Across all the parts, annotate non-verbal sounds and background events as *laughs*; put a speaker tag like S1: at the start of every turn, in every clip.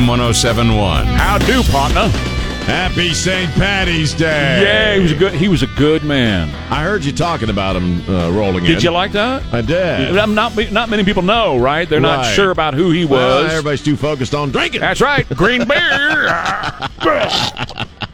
S1: M1071.
S2: How do, partner?
S1: Happy St. Patty's Day.
S2: Yeah, he was a good. He was a good man.
S1: I heard you talking about him uh, rolling in.
S2: Did you like that?
S1: I did.
S2: I'm not not many people know, right? They're not
S1: Right.
S2: sure about who he
S1: Well,
S2: was.
S1: everybody's too focused on drinking.
S2: That's right, green beer.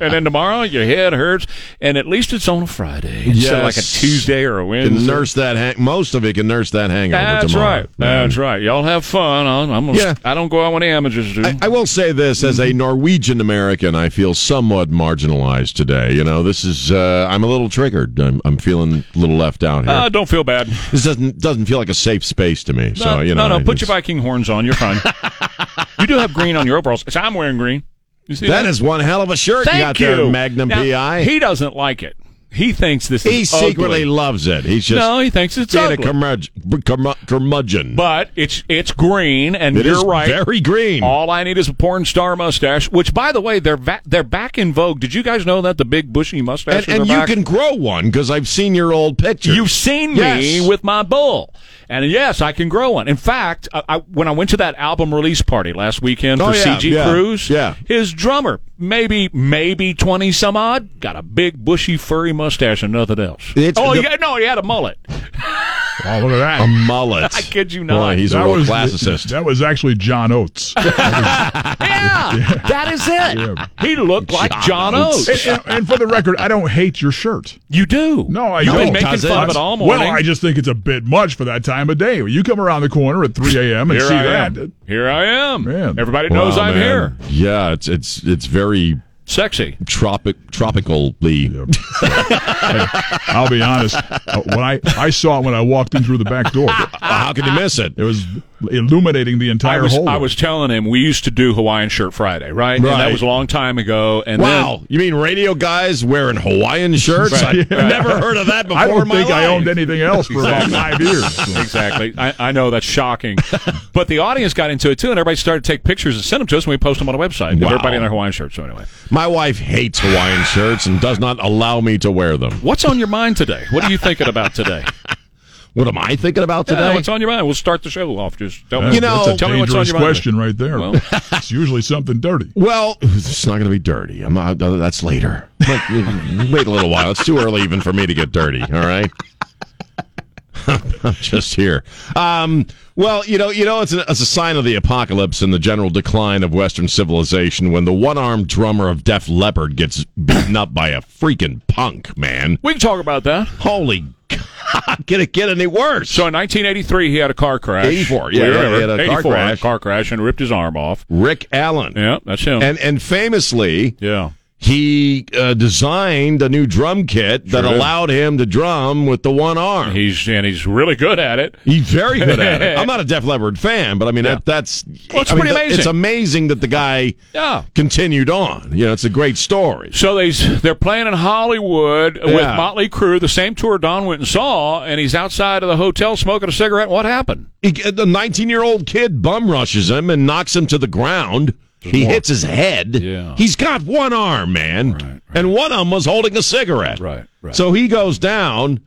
S2: and then tomorrow your head hurts, and at least it's on a Friday instead of
S1: Yes.
S2: like a Tuesday or a
S1: Can
S2: Wednesday.
S1: nurse that. Hang- Most of it can nurse that hangover
S2: That's
S1: tomorrow.
S2: right. That's right. Y'all have fun. I'll, I'm gonna,
S1: Yeah.
S2: I don't go out when the amateurs do.
S1: I, I will say this as a Norwegian American, I feel somewhat marginalized today. You know, this is uh, I'm a little triggered. I'm, I'm feeling a little left out here.
S2: Uh, don't feel bad.
S1: this doesn't doesn't feel like a safe space to me. so
S2: no,
S1: you know,
S2: no, no. Put
S1: it's-
S2: your Viking horns on. You're *laughs* fine. you do have green on your overalls. So I'm wearing green. You see that?
S1: That is one hell of a shirt
S2: Thank
S1: you got
S2: you.
S1: there, Magnum
S2: Now,
S1: PI.
S2: He doesn't like it. He thinks this
S1: He
S2: is
S1: secretly
S2: ugly.
S1: loves it. He's just
S2: No, he thinks it's
S1: being
S2: ugly.
S1: a curmudge- curmu- curmudgeon.
S2: but it's it's green, and
S1: It
S2: you're
S1: is
S2: right.
S1: very green.
S2: All I need is a porn star mustache, which, by the way, they're va- they're back in vogue. Did you guys know that the big bushy mustache?
S1: and and you can grow one because I've seen your old picture.
S2: You've seen me
S1: Yes.
S2: with my bull, and yes, I can grow one. In fact, I, I, when I went to that album release party last weekend
S1: Oh,
S2: for
S1: yeah,
S2: CG
S1: yeah,
S2: Cruise,
S1: yeah.
S2: his drummer, maybe maybe twenty some odd, got a big bushy furry mustache and nothing else.
S1: It's
S2: oh,
S1: the-
S2: yeah, no, he had a mullet.
S3: Oh, look at that.
S1: a
S2: Um,
S1: mullet.
S2: *laughs* I kid you not.
S1: Boy, he's
S3: that
S1: a real
S3: was
S1: classicist.
S3: That was actually John
S2: *laughs*
S3: Oates.
S2: Yeah, that is it.
S3: Yeah.
S2: He looked like John Oates.
S3: and, and- and for the record, I don't hate your shirt.
S2: You do.
S3: No, I
S2: You've
S3: don't.
S2: been making
S1: Does it?
S2: fun of it all morning.
S3: Well, I just think it's a bit much for that time of day. When you come around the corner at 3 a.m. and
S2: Here
S3: see
S2: I
S3: that,
S2: am. Here I am.
S3: Man.
S2: Everybody *laughs* knows
S1: Wow,
S2: I'm
S1: man.
S2: here.
S1: Yeah, it's it's it's very
S2: Sexy.
S1: tropic tropically.
S3: I'll be honest. uh, When I, I saw it when I walked in through the back door,
S1: *laughs* How could you miss
S2: *laughs*
S1: it?
S3: it was illuminating the
S2: I
S3: entire
S2: was,
S3: hole.
S2: I was telling him we used to do Hawaiian Shirt Friday, right? And that
S1: Right.
S2: was a long time ago. And *laughs*
S1: Wow, you mean radio guys wearing Hawaiian shirts?
S3: Right.
S1: I've *laughs* never heard of that before.
S3: I
S1: in
S3: don't
S1: my
S3: think I
S1: life.
S3: owned anything else for about five years.
S2: then exactly. I, I know
S1: *laughs*
S2: that's shocking, but the audience got into it too, and everybody started to take pictures and send them to us, and we post them on our website.
S1: Wow.
S2: Everybody in their Hawaiian shirt. So anyway,
S1: My wife hates Hawaiian shirts and does not allow me to wear them.
S2: what's on your mind today? What are you thinking
S1: *laughs*
S2: about today?
S1: What am I thinking about
S2: Yeah,
S1: today?
S2: what's on your mind? We'll start the show off. Just tell me.
S1: You know-
S3: that's a
S2: tell me what's on
S3: dangerous
S2: your mind.
S3: question right there.
S2: Well.
S3: it's usually something dirty.
S1: well, *sighs* it's not going to be dirty. I'm not, uh, that's later. But, uh, *laughs* wait a little while. It's too early even for me to get dirty. All right. *laughs* I'm just here. Um, well, you know, you know, it's, an, it's a sign of the apocalypse and the general decline of Western civilization when the one-armed drummer of Def Leppard gets beaten up by a freaking punk man.
S2: We can talk about that.
S1: Holy *laughs* God! Can it get any worse?
S2: So in 1983, he had a car crash.
S1: 84, yeah,
S2: We
S1: yeah, he
S2: remember.
S1: had a car
S2: 84,
S1: crash.
S2: car crash, and ripped his arm off.
S1: Rick Allen.
S2: Yeah, that's him.
S1: And and famously,
S2: yeah.
S1: he uh, designed a new drum kit that
S2: Sure did.
S1: allowed him to drum with the one arm.
S2: He's and he's really good at it.
S1: He's very good at it. I'm not a Def Leppard fan, but I mean that, that's
S2: Well, it's
S1: I mean,
S2: pretty
S1: that-
S2: amazing.
S1: It's amazing that the guy
S2: Yeah.
S1: continued on. You know, it's a great story.
S2: So they they're playing in Hollywood with
S1: Yeah.
S2: Motley Crue, the same tour Don went and saw, and he's outside of the hotel smoking a cigarette. What happened?
S1: He, the 19 year old kid bum rushes him and knocks him to the ground. he hits his head.
S2: Yeah.
S1: He's got one arm, man, and one of them was holding a cigarette.
S2: Right, right.
S1: So he goes down,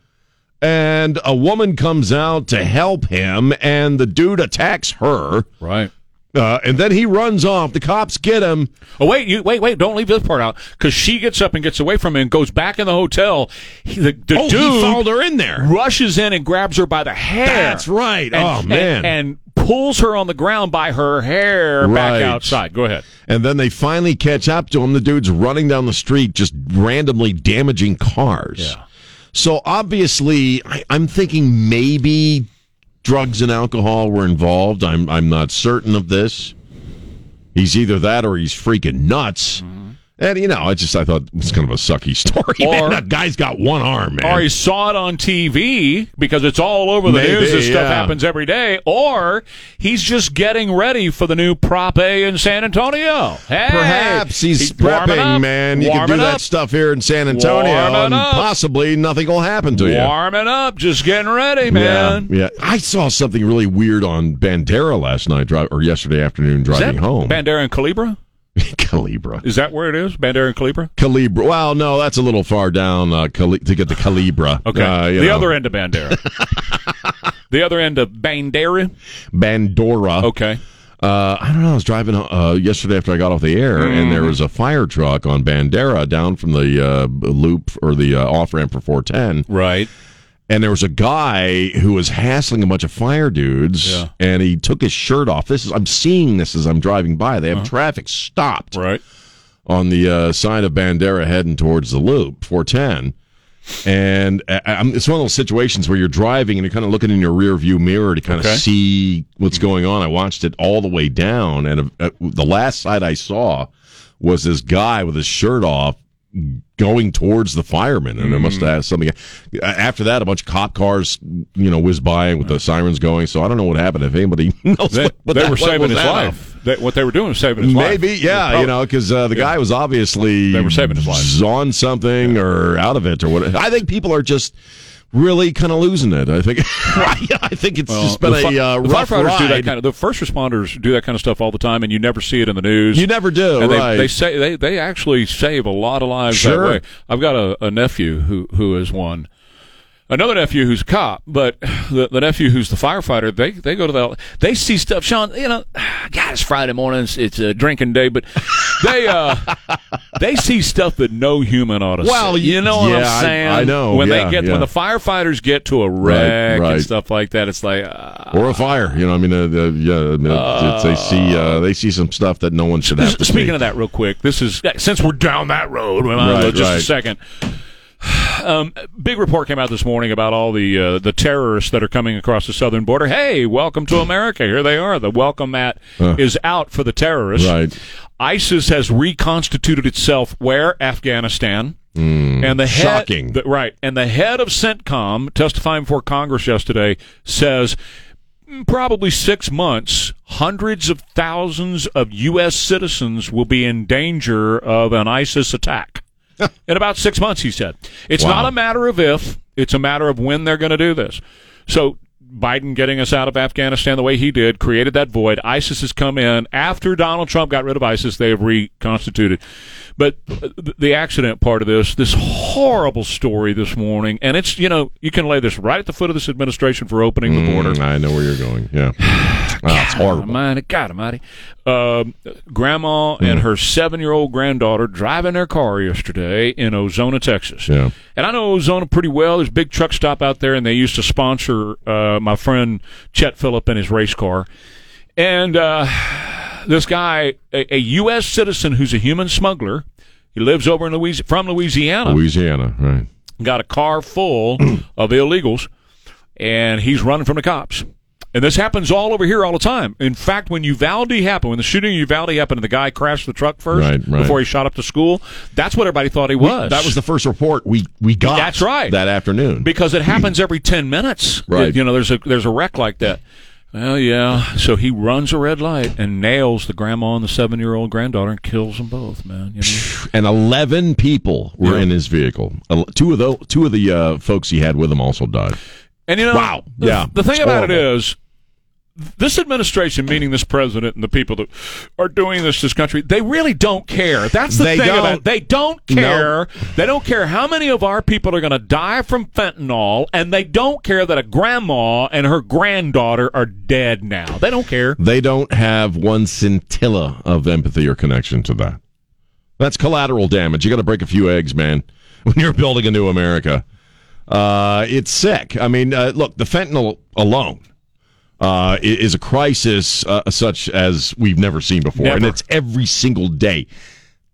S1: and a woman comes out to help him, and the dude attacks her.
S2: Right.
S1: Uh, and then he runs off. The cops get him.
S2: Oh wait, you wait, wait! Don't leave this part out because she gets up and gets away from him and goes back in the hotel. He, the the
S1: oh, he
S2: dude
S1: followed her in there.
S2: rushes in and grabs her by the hair.
S1: That's right.
S2: And-
S1: oh
S2: and-
S1: man.
S2: And, pulls her on the ground by her hair back
S1: Right.
S2: outside. Go ahead.
S1: And then they finally catch up to him. The dude's running down the street, just randomly damaging cars.
S2: Yeah.
S1: So obviously, I, I'm thinking maybe drugs and alcohol were involved. I'm I'm not certain of this. He's either that or he's freaking nuts. And you know, I just I thought it was kind of a sucky *laughs* story.
S2: Mm-hmm.
S1: man,
S2: Or-
S1: that guy's got one arm, man.
S2: or he saw it on TV because it's all over the
S1: Maybe,
S2: news. This stuff
S1: yeah.
S2: happens every day. Or he's just getting ready for the new Prop A in San Antonio. Hey,
S1: Perhaps he's,
S2: warming
S1: prepping,
S2: up,
S1: man. You can
S2: warming
S1: do that
S2: up,
S1: stuff here in San Antonio,
S2: Warming
S1: and
S2: up.
S1: possibly nothing will happen to you.
S2: Warming up, just getting ready, man.
S1: Yeah, yeah. I saw something really weird on Bandera last night, dri- or yesterday afternoon,
S2: Is that
S1: driving home.
S2: Bandera and Calibra?
S1: *laughs* Calibra.
S2: Is that where it is? Bandera and Calibra?
S1: Calibra. Well, no, that's a little far down uh, Cali- to get to Calibra.
S2: *laughs* Okay.
S1: Uh, you
S2: the
S1: know,
S2: other end
S1: *laughs*
S2: of Bandera. the other end of Bandera? Oh.
S1: Bandora.
S2: Okay.
S1: Uh, I don't know. I was driving uh, yesterday after I got off the air, and
S2: Mm-hmm.
S1: there was a fire truck on Bandera down from the uh, loop or the uh, off ramp for 410
S2: Right.
S1: and there was a guy who was hassling a bunch of fire dudes
S2: Yeah.
S1: and he took his shirt off this is i'm seeing this as i'm driving by they have
S2: Uh-huh.
S1: traffic stopped
S2: Right.
S1: on the uh, side of bandera heading towards the loop 410 and uh, I- I'm, it's one of those situations where you're driving and you're kind of looking in your rear view mirror to kind
S2: Okay.
S1: of see what's going on. I watched it all the way down, and uh, the last sight I saw was this guy with his shirt off going towards the firemen, and I must
S2: Mm.
S1: have had something. uh, After that, a bunch of cop cars, you know, whiz by with the sirens going. So I don't know what happened. If anybody *laughs* knows,
S2: They,
S1: what, what
S2: they
S1: that-
S2: were
S1: what
S2: saving
S1: was
S2: his
S1: that of?
S2: life. That, what they were doing was saving his life.
S1: Maybe, yeah,
S2: Probably.
S1: you know, because uh, the guy was obviously
S2: They were saving his life.
S1: on something or out of it or what. I think people are just really kind of losing it. I think, *laughs* I think it's just been
S2: the
S1: a
S2: fi-
S1: uh,
S2: the
S1: rough
S2: firefighters
S1: ride.
S2: do that kind of. The first responders do that kind of stuff all the time, and you never see it in the news.
S1: you never do,
S2: and
S1: right?
S2: they, they say they, they actually save a lot of lives
S1: Sure.
S2: that way. I've got a, a nephew who who is one. Another nephew who's a cop, but *sighs* the, the nephew who's the firefighter, they they go to the they see stuff. Sean, you know, *sighs* God, it's Friday morning, it's, it's a drinking day, but *laughs* they uh they see stuff that no human ought to
S1: Well,
S2: see.
S1: y-
S2: you know what
S1: yeah, I-
S2: I'm saying?
S1: I know,
S2: when
S1: yeah,
S2: they get
S1: yeah.
S2: when the firefighters get to a wreck
S1: right.
S2: and stuff like that, it's like uh,
S1: or a fire, you know. I mean, uh, uh, yeah, uh, they see
S2: *sighs*
S1: uh, they see some stuff that no one should have. To
S2: Speaking
S1: see.
S2: of that, real quick, this is since we're down that road, we might as well
S1: Right,
S2: just
S1: right.
S2: a second. Um, big report came out this morning about all the uh, the terrorists that are coming across the southern border. Hey, welcome to America. Here they are. The welcome mat is out for the terrorists.
S1: *laughs* Uh. Right.
S2: ISIS has reconstituted itself where Afghanistan. and the head,
S1: shocking.
S2: the- right? And the head of CENTCOM testifying before Congress yesterday says in probably six months, hundreds of thousands of U.S. citizens will be in danger of an ISIS attack. in about six months, he said. It's
S1: Wow.
S2: not a matter of if, it's a matter of when they're going to do this. So Biden getting us out of Afghanistan the way he did created that void. ISIS has come in. After Donald Trump got rid of ISIS, they have reconstituted. But uh, th- the accident part of this, this horrible story this morning, and it's, you know, you can lay this right at the foot of this administration for opening the border.
S1: Mm, I know where you're going.
S2: *sighs*
S1: Yeah, Ah, it's horrible.
S2: Almighty, God Almighty. Um, grandma and
S1: Mm.
S2: her seven-year-old granddaughter driving their car yesterday in Ozona, Texas.
S1: Yeah.
S2: And I know Ozona pretty well. There's a big truck stop out there, and they used to sponsor uh, my friend Chet Phillip and his race car. And uh, this guy, a, a U.S. citizen who's a human smuggler, he lives over in Louisiana, from Louisiana
S1: Louisiana, right?
S2: got a
S1: *clears throat*
S2: car full of illegals and he's running from the cops. And this happens all over here all the time. In fact, when Uvalde happened, when the shooting in Uvalde happened and the guy crashed the truck first
S1: Right, right.
S2: before he shot up the school, that's what everybody thought he was.
S1: That was the first report we we got.
S2: That's right.
S1: That afternoon.
S2: because it happens every 10 minutes.
S1: Right.
S2: You know, there's a there's a wreck like that. Well, yeah. So he runs a red light and nails the grandma and the 7-year-old granddaughter and kills them both, man. You know?
S1: and 11 people were in his vehicle. El- Two of the two of the uh, folks he had with him also died.
S2: And you know,
S1: Wow.
S2: The,
S1: Yeah.
S2: The thing
S1: It's
S2: about it
S1: horrible.
S2: is, this administration, meaning this president and the people that are doing this to this country, they really don't care. That's the
S1: They
S2: thing about
S1: don't.
S2: it. They don't care. They don't care how many of our people are going to die from fentanyl, and they don't care that a grandma and her granddaughter are dead now. They don't care.
S1: They don't have one scintilla of empathy or connection to that. That's collateral damage. You got to break a few eggs, man, *laughs* when you're building a new America. Uh, it's sick. I mean, uh, look, the fentanyl alone uh, i- is a crisis uh, such as we've never seen before, and
S2: Never.
S1: it's every single day.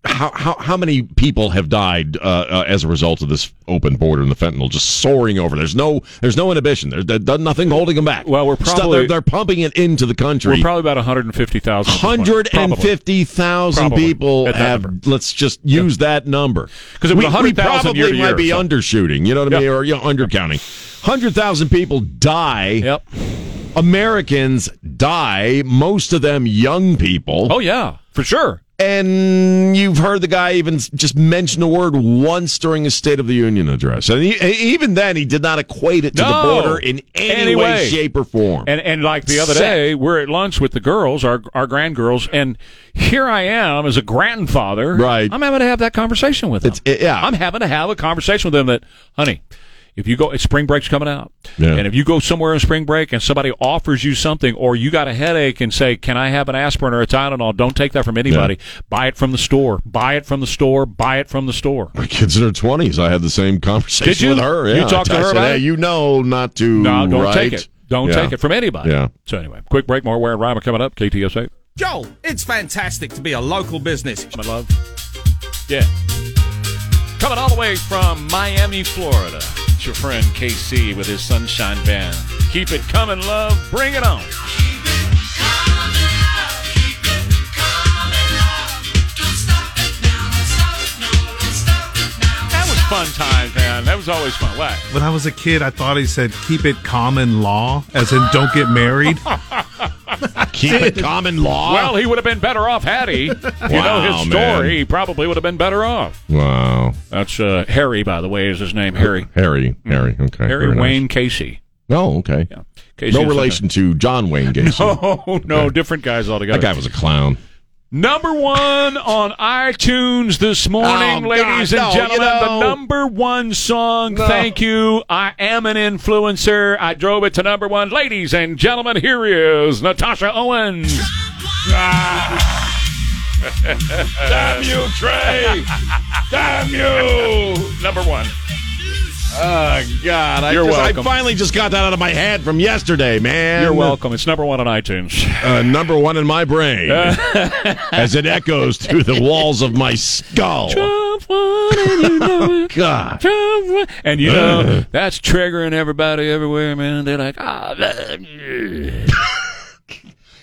S1: How, how, how many people have died uh, uh, as a result of this open border and the fentanyl just soaring over? There's no there's no inhibition. There's, there's nothing holding them back.
S2: Well, we're
S1: Stuff-
S2: probably-
S1: they're, they're pumping it into the country.
S2: We're probably about 150,000. at this point. Probably.
S1: 150,000
S2: Probably.
S1: people
S2: At that
S1: have.
S2: number.
S1: Let's just use that number
S2: 'Cause it
S1: We-
S2: was 100,000
S1: We probably
S2: year to
S1: might
S2: year or
S1: be
S2: something.
S1: undershooting. You know what I mean, or you know, undercounting. Hundred thousand people die.
S2: Yep.
S1: Americans die. Most of them young people.
S2: Oh, yeah, for sure.
S1: And you've heard the guy even s- just mention the word once during his State of the Union address, and he, e, even then he did not equate it to
S2: No.
S1: the border in any,
S2: Any way.
S1: way, shape, or form.
S2: And and like the other
S1: Sick.
S2: day, we're at lunch with the girls, our our grand girls, and here I am as a grandfather.
S1: Right.
S2: I'm having to have that conversation with them.
S1: It's- yeah.
S2: I'm having to have a conversation with them that, honey, If you go, spring break's coming out,
S1: Yeah.
S2: and if you go somewhere in spring break and somebody offers you something, or you got a headache and say, "Can I have an aspirin or a Tylenol?" Don't take that from anybody. Buy it from the store. Buy it from the store. Buy it from the store.
S1: My kids in her twenties. I had the same conversation
S2: Did you?
S1: with her.
S2: You
S1: Yeah,
S2: talked to
S1: I
S2: her
S1: said,
S2: about
S1: hey,
S2: it?
S1: you know not to.
S2: No, don't
S1: right?
S2: take it. Don't
S1: Yeah.
S2: take it from anybody.
S1: Yeah.
S2: So anyway, quick break. More Ware and Rhyme are coming up. KTSA.
S4: Joel, it's fantastic to be a local business.
S2: My love. Yeah. Coming all the way from Miami, Florida. It's your friend KC with his sunshine band. Keep it coming, love. Bring it on. That was fun times, man. That was always fun. What?
S5: When I was a kid, I thought he said, keep it common law, as in don't get married.
S1: Keep
S2: *laughs*
S1: it common law.
S2: Well, he would have been better off had *laughs* he. you know
S1: Wow,
S2: his story.
S1: man.
S2: He probably would have been better off.
S1: wow,
S2: That's uh, Harry, by the way, is his name. Harry.
S1: Harry, Harry. Okay,
S2: Hmm. Harry
S1: very nice.
S2: Wayne Casey.
S1: Oh, okay.
S2: Yeah. Casey
S1: No
S2: is-
S1: relation to John Wayne Gacy.
S2: *laughs* Oh no, different guys altogether.
S1: That guy was a clown.
S2: number one on iTunes this morning,
S1: Oh, God,
S2: ladies and
S1: no,
S2: gentlemen.
S1: you know.
S2: The number one song. Thank you. I am an influencer. I drove it to number one, ladies and gentlemen. Here is Natasha
S1: *laughs*
S2: Owens. Damn you, Trey! Damn you! Number one.
S1: Oh God, I,
S2: You're
S1: just- I
S2: welcome.
S1: finally just got that out of my head from yesterday, man.
S2: You're welcome. It's number one on iTunes.
S1: Uh, number one in my
S2: *laughs*
S1: brain as it echoes through the walls of my skull.
S2: Trump won, and you know it.
S1: God.
S2: Trump won. And you know, that's triggering everybody everywhere, man. They're like, ah, bleh."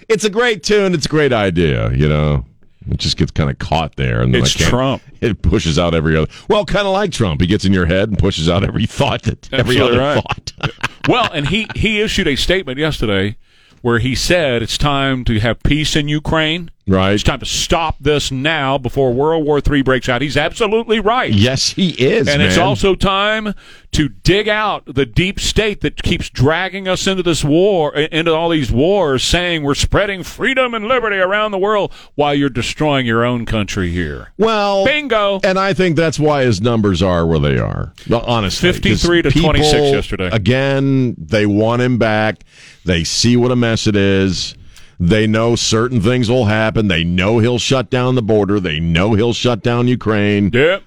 S1: It's a great tune. It's a great idea, you know. It just gets kind of caught there. And then
S2: It's
S1: I can't-
S2: Trump.
S1: *laughs* It pushes out every other. Well, kind of like Trump. He gets in your head and pushes out every thought, that, every
S2: Absolutely
S1: other
S2: right.
S1: thought. *laughs*
S2: well, and he, he issued a statement yesterday where he said it's time to have peace in Ukraine.
S1: right?
S2: It's time to stop this now before World War III breaks out. He's absolutely right.
S1: Yes, he is.
S2: And it's
S1: man.
S2: also time to dig out the deep state that keeps dragging us into this war, into all these wars, saying we're spreading freedom and liberty around the world while you're destroying your own country here.
S1: Well,
S2: Bingo.
S1: And I think that's why his numbers are where they are. Well, honestly,
S2: 53 to
S1: because
S2: 26
S1: people,
S2: yesterday.
S1: Again, they want him back. They see what a mess it is. They know certain things will happen. They know he'll shut down the border. They know he'll shut down Ukraine.
S2: Yep.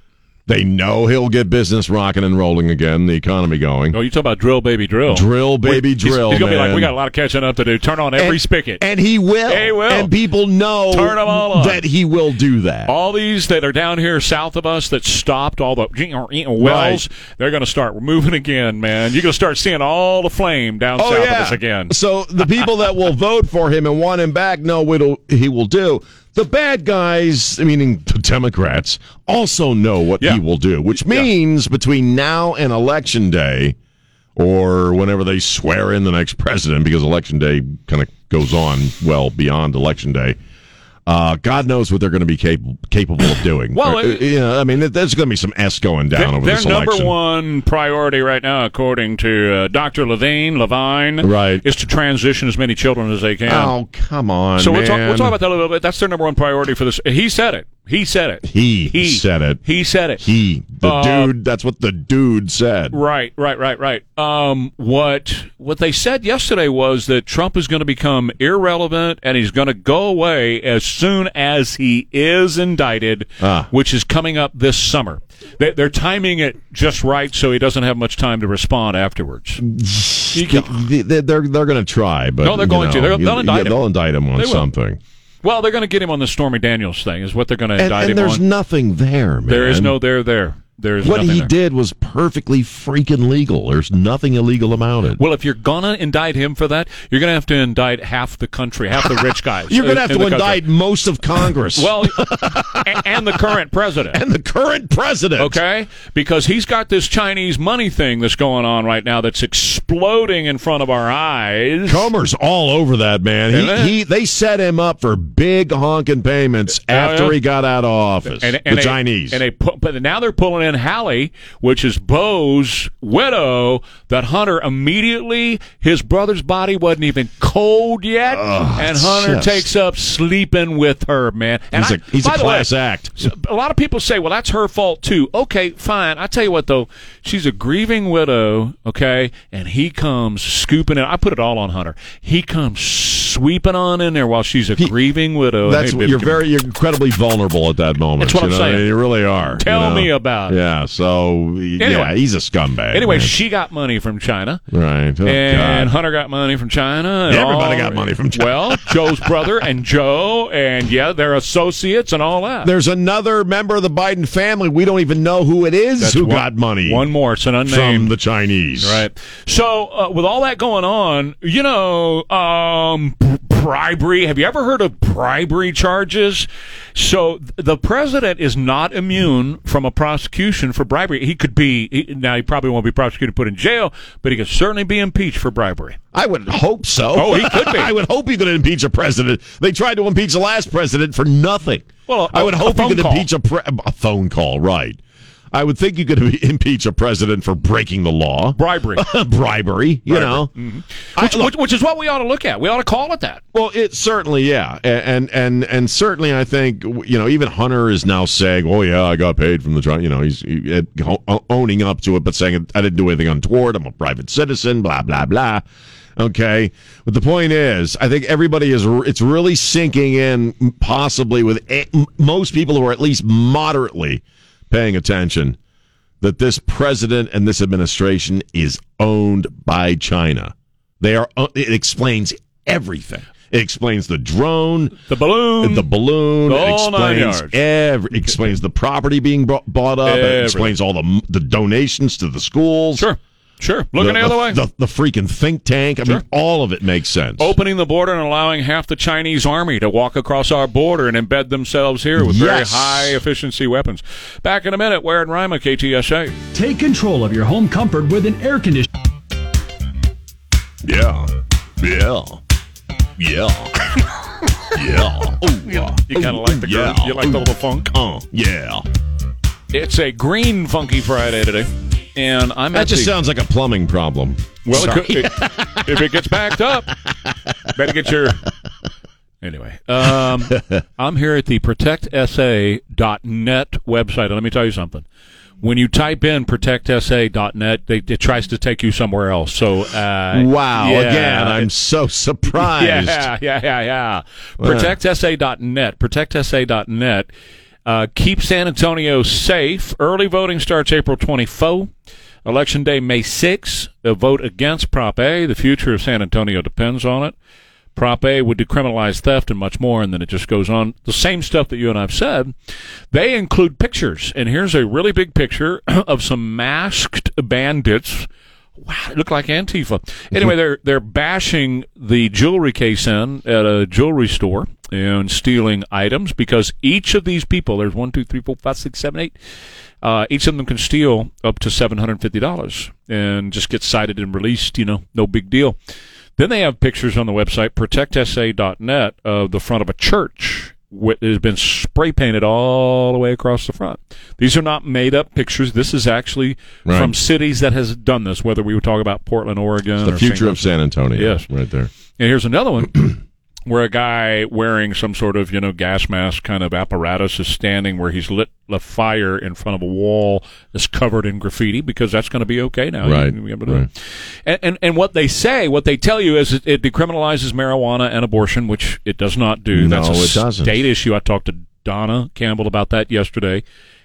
S1: They know he'll get business rocking and rolling again. The economy going.
S2: Oh, you talk about drill, baby, drill.
S1: Drill, baby,
S2: He's-
S1: drill.
S2: He's, gonna be
S1: man.
S2: like, we got a lot of catching up to do. Turn on every
S1: and,
S2: spigot.
S1: and he will.
S2: He will.
S1: And people know
S2: Turn 'em all on.
S1: that he will do that.
S2: all these that are down here south of us that stopped all the wells,
S1: Right.
S2: they're going to start moving again, man. You're going to start seeing all the flame down
S1: Oh,
S2: south of us again.
S1: So the people that will vote for him and want him back know what he'll- he will do. The bad guys, meaning the Democrats, also know what
S2: Yeah.
S1: he will do, which means between now and election day, or whenever they swear in the next president, because election day kind of goes on well beyond election day. Uh, God knows what they're going to be capable capable of doing.
S2: Well,
S1: Uh,
S2: it-
S1: you know, I mean, there's going to be some s going down over
S2: Their
S1: this
S2: number
S1: election.
S2: one priority right now, according to uh, Dr. Levine, Levine,
S1: Right.
S2: is to transition as many children as they can.
S1: Oh, come on!
S2: so we'll talk,
S1: man.
S2: we'll talk about that a little bit. That's their number one priority for this. He said it. He said it.
S1: He said it.
S2: He said it.
S1: He, the
S2: Uh,
S1: dude. That's what the dude said.
S2: Right, right, right, right. Um, what what they said yesterday was that Trump is going to become irrelevant and he's going to go away as soon as he is indicted,
S1: Ah.
S2: which is coming up this summer. They, they're timing it just right so he doesn't have much time to respond afterwards.
S1: They, are they're going to try, but
S2: No, they're
S1: you
S2: going to.
S1: know,
S2: They're- they'll
S1: you-
S2: indict
S1: yeah,
S2: him.
S1: They'll indict him on
S2: They will.
S1: something.
S2: Well, they're going to get him on the Stormy Daniels thing, is what they're going to
S1: And,
S2: indict
S1: and
S2: him
S1: there's
S2: on.
S1: nothing there, man.
S2: there is no there there. There's
S1: What
S2: nothing
S1: he
S2: there.
S1: did was perfectly freaking legal. There's nothing illegal about it.
S2: Well, if you're gonna indict him for that, you're gonna have to indict half the country, half the rich
S1: *laughs*
S2: guys.
S1: You're going
S2: in-
S1: to have
S2: in
S1: to
S2: the country.
S1: indict most of Congress.
S2: Well, a- and the current president.
S1: and the current president.
S2: Okay, because he's got this Chinese money thing that's going on right now that's exploding in front of our eyes.
S1: Comer's all over that man.
S2: Yeah.
S1: He, he they set him up for big honking payments after
S2: yeah.
S1: he got out of office.
S2: and,
S1: the
S2: and they-
S1: Chinese
S2: and they pu- but now they're pulling friend Hallie, which is Bo's widow, that Hunter immediately, his brother's body wasn't even cold yet, and Hunter
S1: just-
S2: takes up sleeping with her, man. And
S1: He's a- he's a
S2: by the way,
S1: class act.
S2: so- a lot of people say, well, that's her fault too. Okay, fine. I tell you what though, she's a grieving widow, okay, and he comes scooping it. I put it all on Hunter. He comes sweeping on in there while she's a grieving widow.
S1: That's
S2: Hey, baby,
S1: you're
S2: come here.
S1: very you're incredibly vulnerable at that moment.
S2: That's what
S1: you
S2: I'm
S1: know?
S2: saying.
S1: You really are. you
S2: Tell
S1: know?
S2: me about it.
S1: Yeah. So yeah, he's a scumbag.
S2: Anyway,
S1: man.
S2: she got money from China.
S1: right. Oh, God.
S2: and Hunter got money from China. and
S1: Everybody
S2: all-
S1: got money from China.
S2: Well, Joe's brother and Joe, and yeah, their associates and all that.
S1: There's another member of the Biden family. We don't even know who it is who
S2: one-
S1: got money
S2: One more, it's an unnamed.
S1: from the Chinese.
S2: Right. So, uh, with all that going on, you know, um, b- bribery. Have you ever heard of bribery charges? So, th- the president is not immune from a prosecution for bribery. He could be, he, now he probably won't be prosecuted, put in jail, but he could certainly be impeached for bribery.
S1: I would hope so.
S2: Oh, he could
S1: *laughs*
S2: be.
S1: I would hope you could impeach a president. They tried to impeach the last president for nothing.
S2: Well,
S1: I would
S2: a- a
S1: hope you
S2: phone
S1: could
S2: call.
S1: impeach a, pre- a phone call, right? I would think you could *laughs* impeach a president for breaking the law, *laughs*
S2: Bribery.
S1: bribery. You know, I-
S2: Which,
S1: look,
S2: which, which is what we ought to look at. We ought to call it that.
S1: Well, it certainly, yeah, A- and and and certainly, I think you know, even Hunter is now saying, "Oh yeah, I got paid from the trial." You know, he's he, eh, o- owning up to it, but saying, "I didn't do anything untoward. I'm a private citizen." Blah blah blah. Okay, but the point is, I think everybody is. r- It's really sinking in, possibly with a- m- most people who are at least moderately paying attention, that this president and this administration is owned by China. They are. uh, It explains everything. It explains the drone,
S2: The balloon.
S1: the balloon. It
S2: All nine
S1: explains
S2: yards.
S1: every. Explains the property being brought, bought up. It
S2: Everything.
S1: explains all the the donations to the schools.
S2: sure. Sure. Looking
S1: the,
S2: the, other way.
S1: The, the freaking think tank. I mean, all of it makes sense.
S2: Opening the border and allowing half the Chinese army to walk across our border and embed themselves here with very
S1: Yes.
S2: high efficiency weapons. Back in a minute, Where in Rima, KTSA.
S6: Take control of your home comfort with an air conditioner.
S1: Yeah. Yeah. Yeah. *laughs* yeah. Ooh,
S2: You kind of like the
S1: yeah.
S2: girl. You like the little funk.
S1: Uh, yeah.
S2: It's a green funky Friday today, and I'm
S1: That
S2: at
S1: just
S2: the,
S1: sounds like a plumbing problem.
S2: well. It could, it, if it gets backed up, better get your. Anyway, um, I'm here at the protectsa.net website, and let me tell you something. When you type in protectsa.net, they, it tries to take you somewhere else. So, uh,
S1: Wow.
S2: *laughs* yeah,
S1: Again, I'm so surprised.
S2: yeah, yeah, yeah, yeah. ProtectSA.net. ProtectSA.net. Uh, keep San Antonio safe. Early voting starts April 24. Election day, May 6. The vote against Prop A. The future of San Antonio depends on it. Prop A would decriminalize theft and much more, and then it just goes on. The same stuff that you and I've said. They include pictures, and here's a really big picture *clears throat* of some masked bandits. Wow, they look like Antifa. Anyway, they're they're bashing the jewelry case in at a jewelry store and stealing items because each of these people, there's one, two, three, four, five, six, seven, eight. Uh, each of them can steal up to seven hundred fifty dollars and just get cited and released. You know, no big deal. Then they have pictures on the website protectsa.net of the front of a church. It has been spray painted all the way across the front. These are not made up pictures. This is actually
S1: Right.
S2: from cities that has done this. Whether we were talking about Portland, Oregon,
S1: The
S2: or
S1: future
S2: St.
S1: of San Antonio.
S2: Yes.
S1: Right there.
S2: And here's another one *clears throat* where a guy wearing some sort of, you know, gas mask kind of apparatus is standing where he's lit a fire in front of a wall that's covered in graffiti because that's going to be okay now. You
S1: Right,
S2: can be able to do
S1: right.
S2: it. And, and, and what they say, what they tell you is it, it decriminalizes marijuana and abortion, which it does not do.
S1: No,
S2: that's a
S1: it doesn't.
S2: state issue. I talked to Donna Campbell about that yesterday.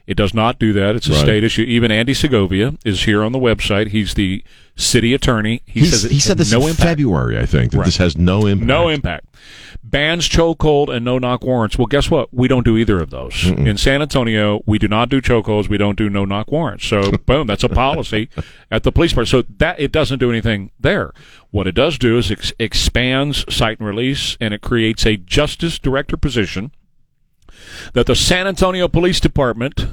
S2: It does not do that. It's a
S1: Right.
S2: state issue. Even Andy Segovia is here on the website. He's the city attorney. He
S1: He's-
S2: says it
S1: he
S2: had
S1: said this
S2: no
S1: in
S2: impact.
S1: February, I think, that this has no impact.
S2: No impact. Bans chokehold and no knock warrants. Well, guess what? We don't do either of those. In San Antonio, we do not do chokeholds. We don't do no knock warrants. So, boom, that's a policy at the police department. So that it doesn't do anything there. What it does do is ex- expands site and release, and it creates a justice director position that the San Antonio Police Department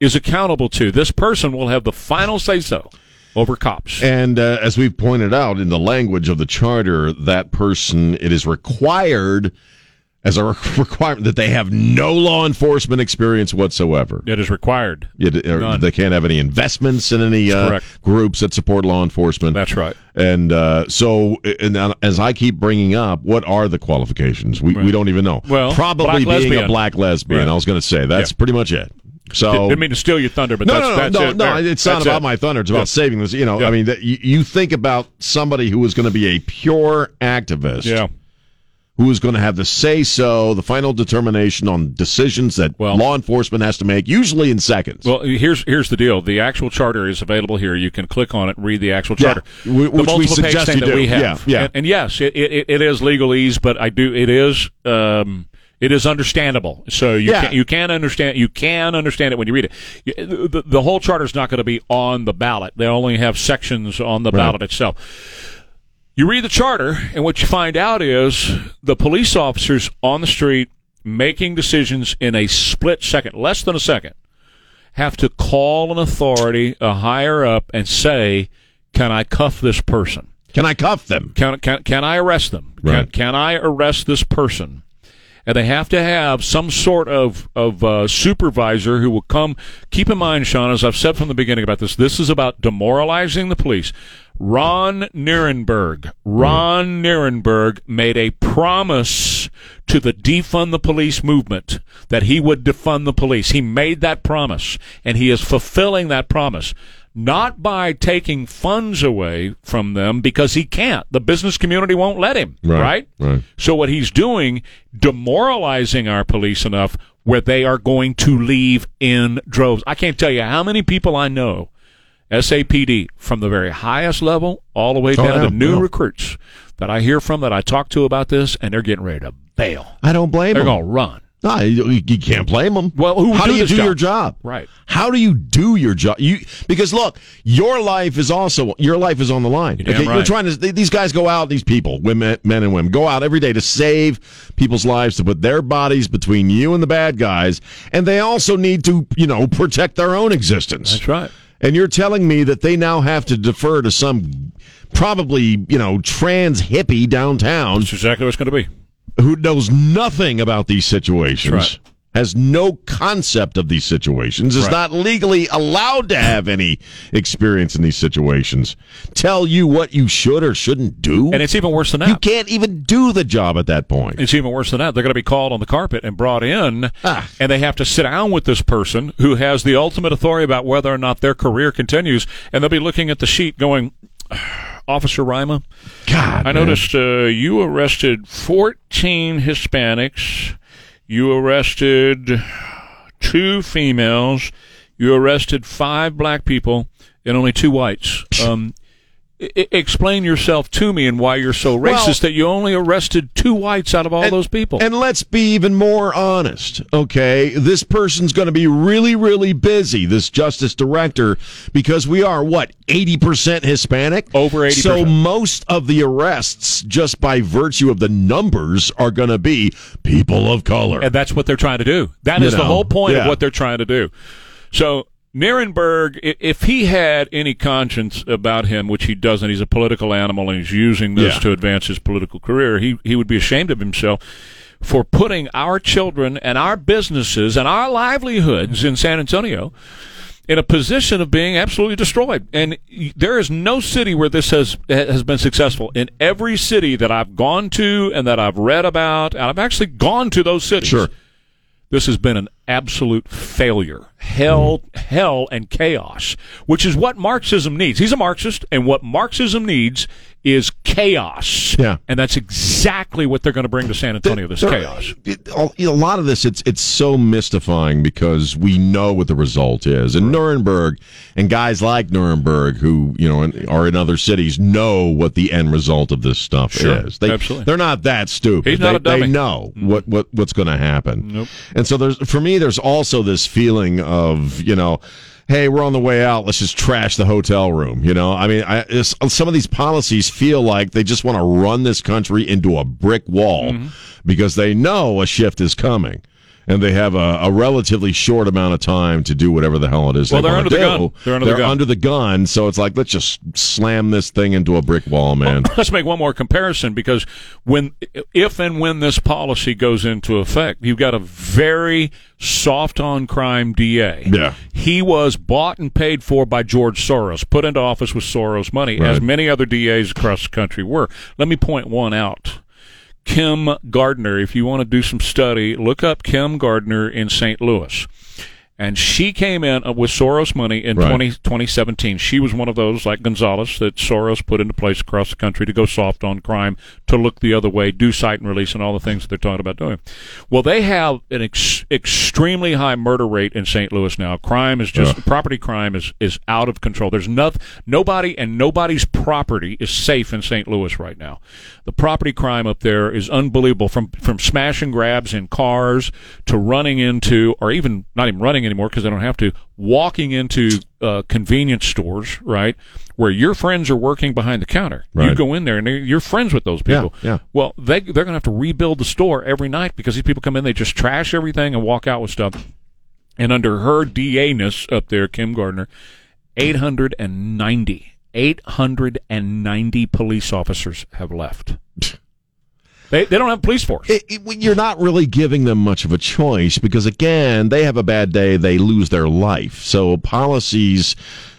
S2: is accountable to. This person will have the final say so over cops.
S1: And uh, as we've pointed out in the language of the charter, that person, it is required as a re- requirement that they have no law enforcement experience whatsoever.
S2: It is required.
S1: Yeah, th- or
S2: None.
S1: they can't have any investments in any uh,
S2: correct.
S1: groups that support law enforcement.
S2: That's right.
S1: And uh, so, and now, as I keep bringing up, what are the qualifications? We, we don't even know.
S2: Well, black
S1: probably being a
S2: lesbian.
S1: black lesbian.
S2: Right.
S1: I was going to say that's
S2: Yeah.
S1: pretty much it. So
S2: Didn't mean to steal your thunder, but
S1: Oh. no,
S2: that's,
S1: no, no,
S2: that's
S1: no,
S2: it.
S1: no.
S2: There.
S1: It's not
S2: That's
S1: about
S2: it.
S1: my thunder. It's about
S2: Yeah.
S1: saving this. You know,
S2: Yeah.
S1: I mean, that you, you think about somebody who is going to be a pure activist,
S2: Yeah.
S1: who is going to have the say so, the final determination on decisions that
S2: Well-
S1: law enforcement has to make, usually in seconds.
S2: Well, here's here's the deal. The actual charter is available here. You can click on it, read the actual
S1: Yeah,
S2: charter,
S1: wh- which
S2: the
S1: we
S2: multiple
S1: suggest
S2: page thing
S1: you
S2: that
S1: do.
S2: we have.
S1: Yeah, yeah.
S2: And, and yes, it, it it is legalese, but I do it is um it is understandable. So you
S1: Yeah.
S2: can you can understand you can understand it when you read it. You- The, the whole charter is not going to be on the ballot. They only have sections on the ballot itself. You read the charter, and what you find out is the police officers on the street making decisions in a split second, less than a second, have to call an authority, a higher up, and say, "Can I cuff this person?
S1: Can I cuff them?
S2: Can can, can I arrest them?
S1: Right.
S2: Can, can I arrest this person?" And they have to have some sort of of uh, supervisor who will come. Keep in mind, Sean, as I've said from the beginning about this, this is about demoralizing the police. Ron Nirenberg, Ron Nirenberg made a promise to the defund the police movement that he would defund the police. He made that promise, and he is fulfilling that promise. Not by taking funds away from them because he can't. The business community won't let him,
S1: Right,
S2: right?
S1: right.
S2: So what he's doing, demoralizing our police enough where they are going to leave in droves. I can't tell you how many people I know, SAPD, from the very highest level all the way down
S1: Oh, yeah,
S2: to new
S1: yeah.
S2: recruits that I hear from that I talk to about this, and they're getting ready to bail.
S1: I don't blame
S2: They're
S1: them.
S2: going to run.
S1: No, you, you can't blame them.
S2: Well, who would
S1: how
S2: do
S1: do, you
S2: this
S1: do
S2: job?
S1: your job?
S2: Right.
S1: How do you do your job? You because look, your life is also your life is on the line.
S2: You're damn
S1: You're
S2: right.
S1: trying to th- these guys go out. These people, women, men and women, go out every day to save people's lives, to put their bodies between you and the bad guys, and they also need to you know protect their own existence.
S2: right.
S1: And you're telling me that they now have to defer to some probably you know trans hippie downtown
S2: That's exactly what it's going to be.
S1: who knows nothing about these situations,
S2: That's right.
S1: has no concept of these situations, is
S2: Right.
S1: not legally allowed to have any experience in these situations, tell you what you should or shouldn't do.
S2: And it's even worse than that.
S1: you can't even do the job at that point.
S2: It's even worse than that. They're going to be called on the carpet and brought in,
S1: Ah.
S2: and they have to sit down with this person who has the ultimate authority about whether or not their career continues. And they'll be looking at the sheet going, Officer Rima,
S1: God,
S2: I
S1: man.
S2: noticed uh, you arrested 14 Hispanics, you arrested two females, you arrested five black people, and only two whites. Um, I- I- explain yourself to me and why you're so
S1: Well-
S2: racist that you only arrested two whites out of all those people.
S1: And let's be even more honest, okay? This person's going to be really, really busy, this justice director, because we are, what, 80% Hispanic?
S2: Over 80%.
S1: So most of the arrests, just by virtue of the numbers, are going to be people of color.
S2: And that's what they're trying to do. That is
S1: You
S2: the
S1: know,
S2: whole point of
S1: yeah.
S2: what they're trying to do. So Nirenberg, i- if he had any conscience about him, which he doesn't, he's a political animal and he's using this
S1: Yeah.
S2: to advance his political career. He he would be ashamed of himself for putting our children and our businesses and our livelihoods in San Antonio in a position of being absolutely destroyed. And y- there is no city where this has has been successful. In every city that I've gone to and that I've read about, and I've actually gone to those cities.
S1: Sure.
S2: This has been an absolute failure. Hell,
S1: Mm-hmm.
S2: hell and chaos, which is what Marxism needs. He's a Marxist, and what Marxism needs is chaos.
S1: Yeah.
S2: And that's exactly what they're going to bring to San Antonio, this
S1: There-
S2: chaos.
S1: it- a a lot of this, it's it's so mystifying because we know what the result is, and Nuremberg and guys like Nuremberg, who you know in- are in other cities, know what the end result of this stuff is. They,
S2: absolutely.
S1: they're not that stupid.
S2: He's not
S1: they,
S2: a dummy. Mm-hmm.
S1: they know what, what what's going to happen.
S2: Nope.
S1: And so there's for me, there's also this feeling of you know. Hey, we're on the way out. Let's just trash the hotel room. You know, I mean, I, it's, some of these policies feel like they just want to
S2: Mm-hmm.
S1: run this country into a brick wall because they know a shift is coming. and they have a, a relatively short amount of time to do whatever the hell it is
S2: Well,
S1: they
S2: they're
S1: wanna
S2: under the
S1: do.
S2: gun. They're under the gun.
S1: gun, so it's like let's just slam this thing into a brick wall, man.
S2: *coughs* Let's make one more comparison because when, if and when this policy goes into effect, you've got a very soft on crime DA.
S1: Yeah.
S2: He was bought and paid for by George Soros, put into office with Soros money, as
S1: Right.
S2: many other DAs across the country were. Let me point one out. Kim Gardner, if you want to do some study, look up Kim Gardner in St. Louis. And she came in uh, with Soros money in
S1: Right.
S2: 20, 2017. She was one of those, like Gonzalez, that Soros put into place across the country to go soft on crime, to look the other way, do cite and release, and all the things that they're talking about doing. Well, they have an ex- extremely high murder rate in St. Louis now. Crime is just, property crime is, is out of control. There's nothing, nobody and nobody's property is safe in St. Louis right now. The property crime up there is unbelievable from, from smash and grabs in cars to running into, or even not even running anymore because they don't have to, walking into uh, convenience stores, right? Where your friends are working behind the counter. You
S1: Right.
S2: go in there and they- you're friends with those
S1: Yeah,
S2: people.
S1: yeah.
S2: Well, they, they're going to have to rebuild the store every night because these people come in, they just trash everything and walk out with stuff. And under her DA ness up there, Kim Gardner, 890. 890 police officers
S1: *laughs*
S2: have left. They, they don't have a police force.
S1: it, it- well, you're not really giving them much of a choice because again they have a bad day they lose their life so policies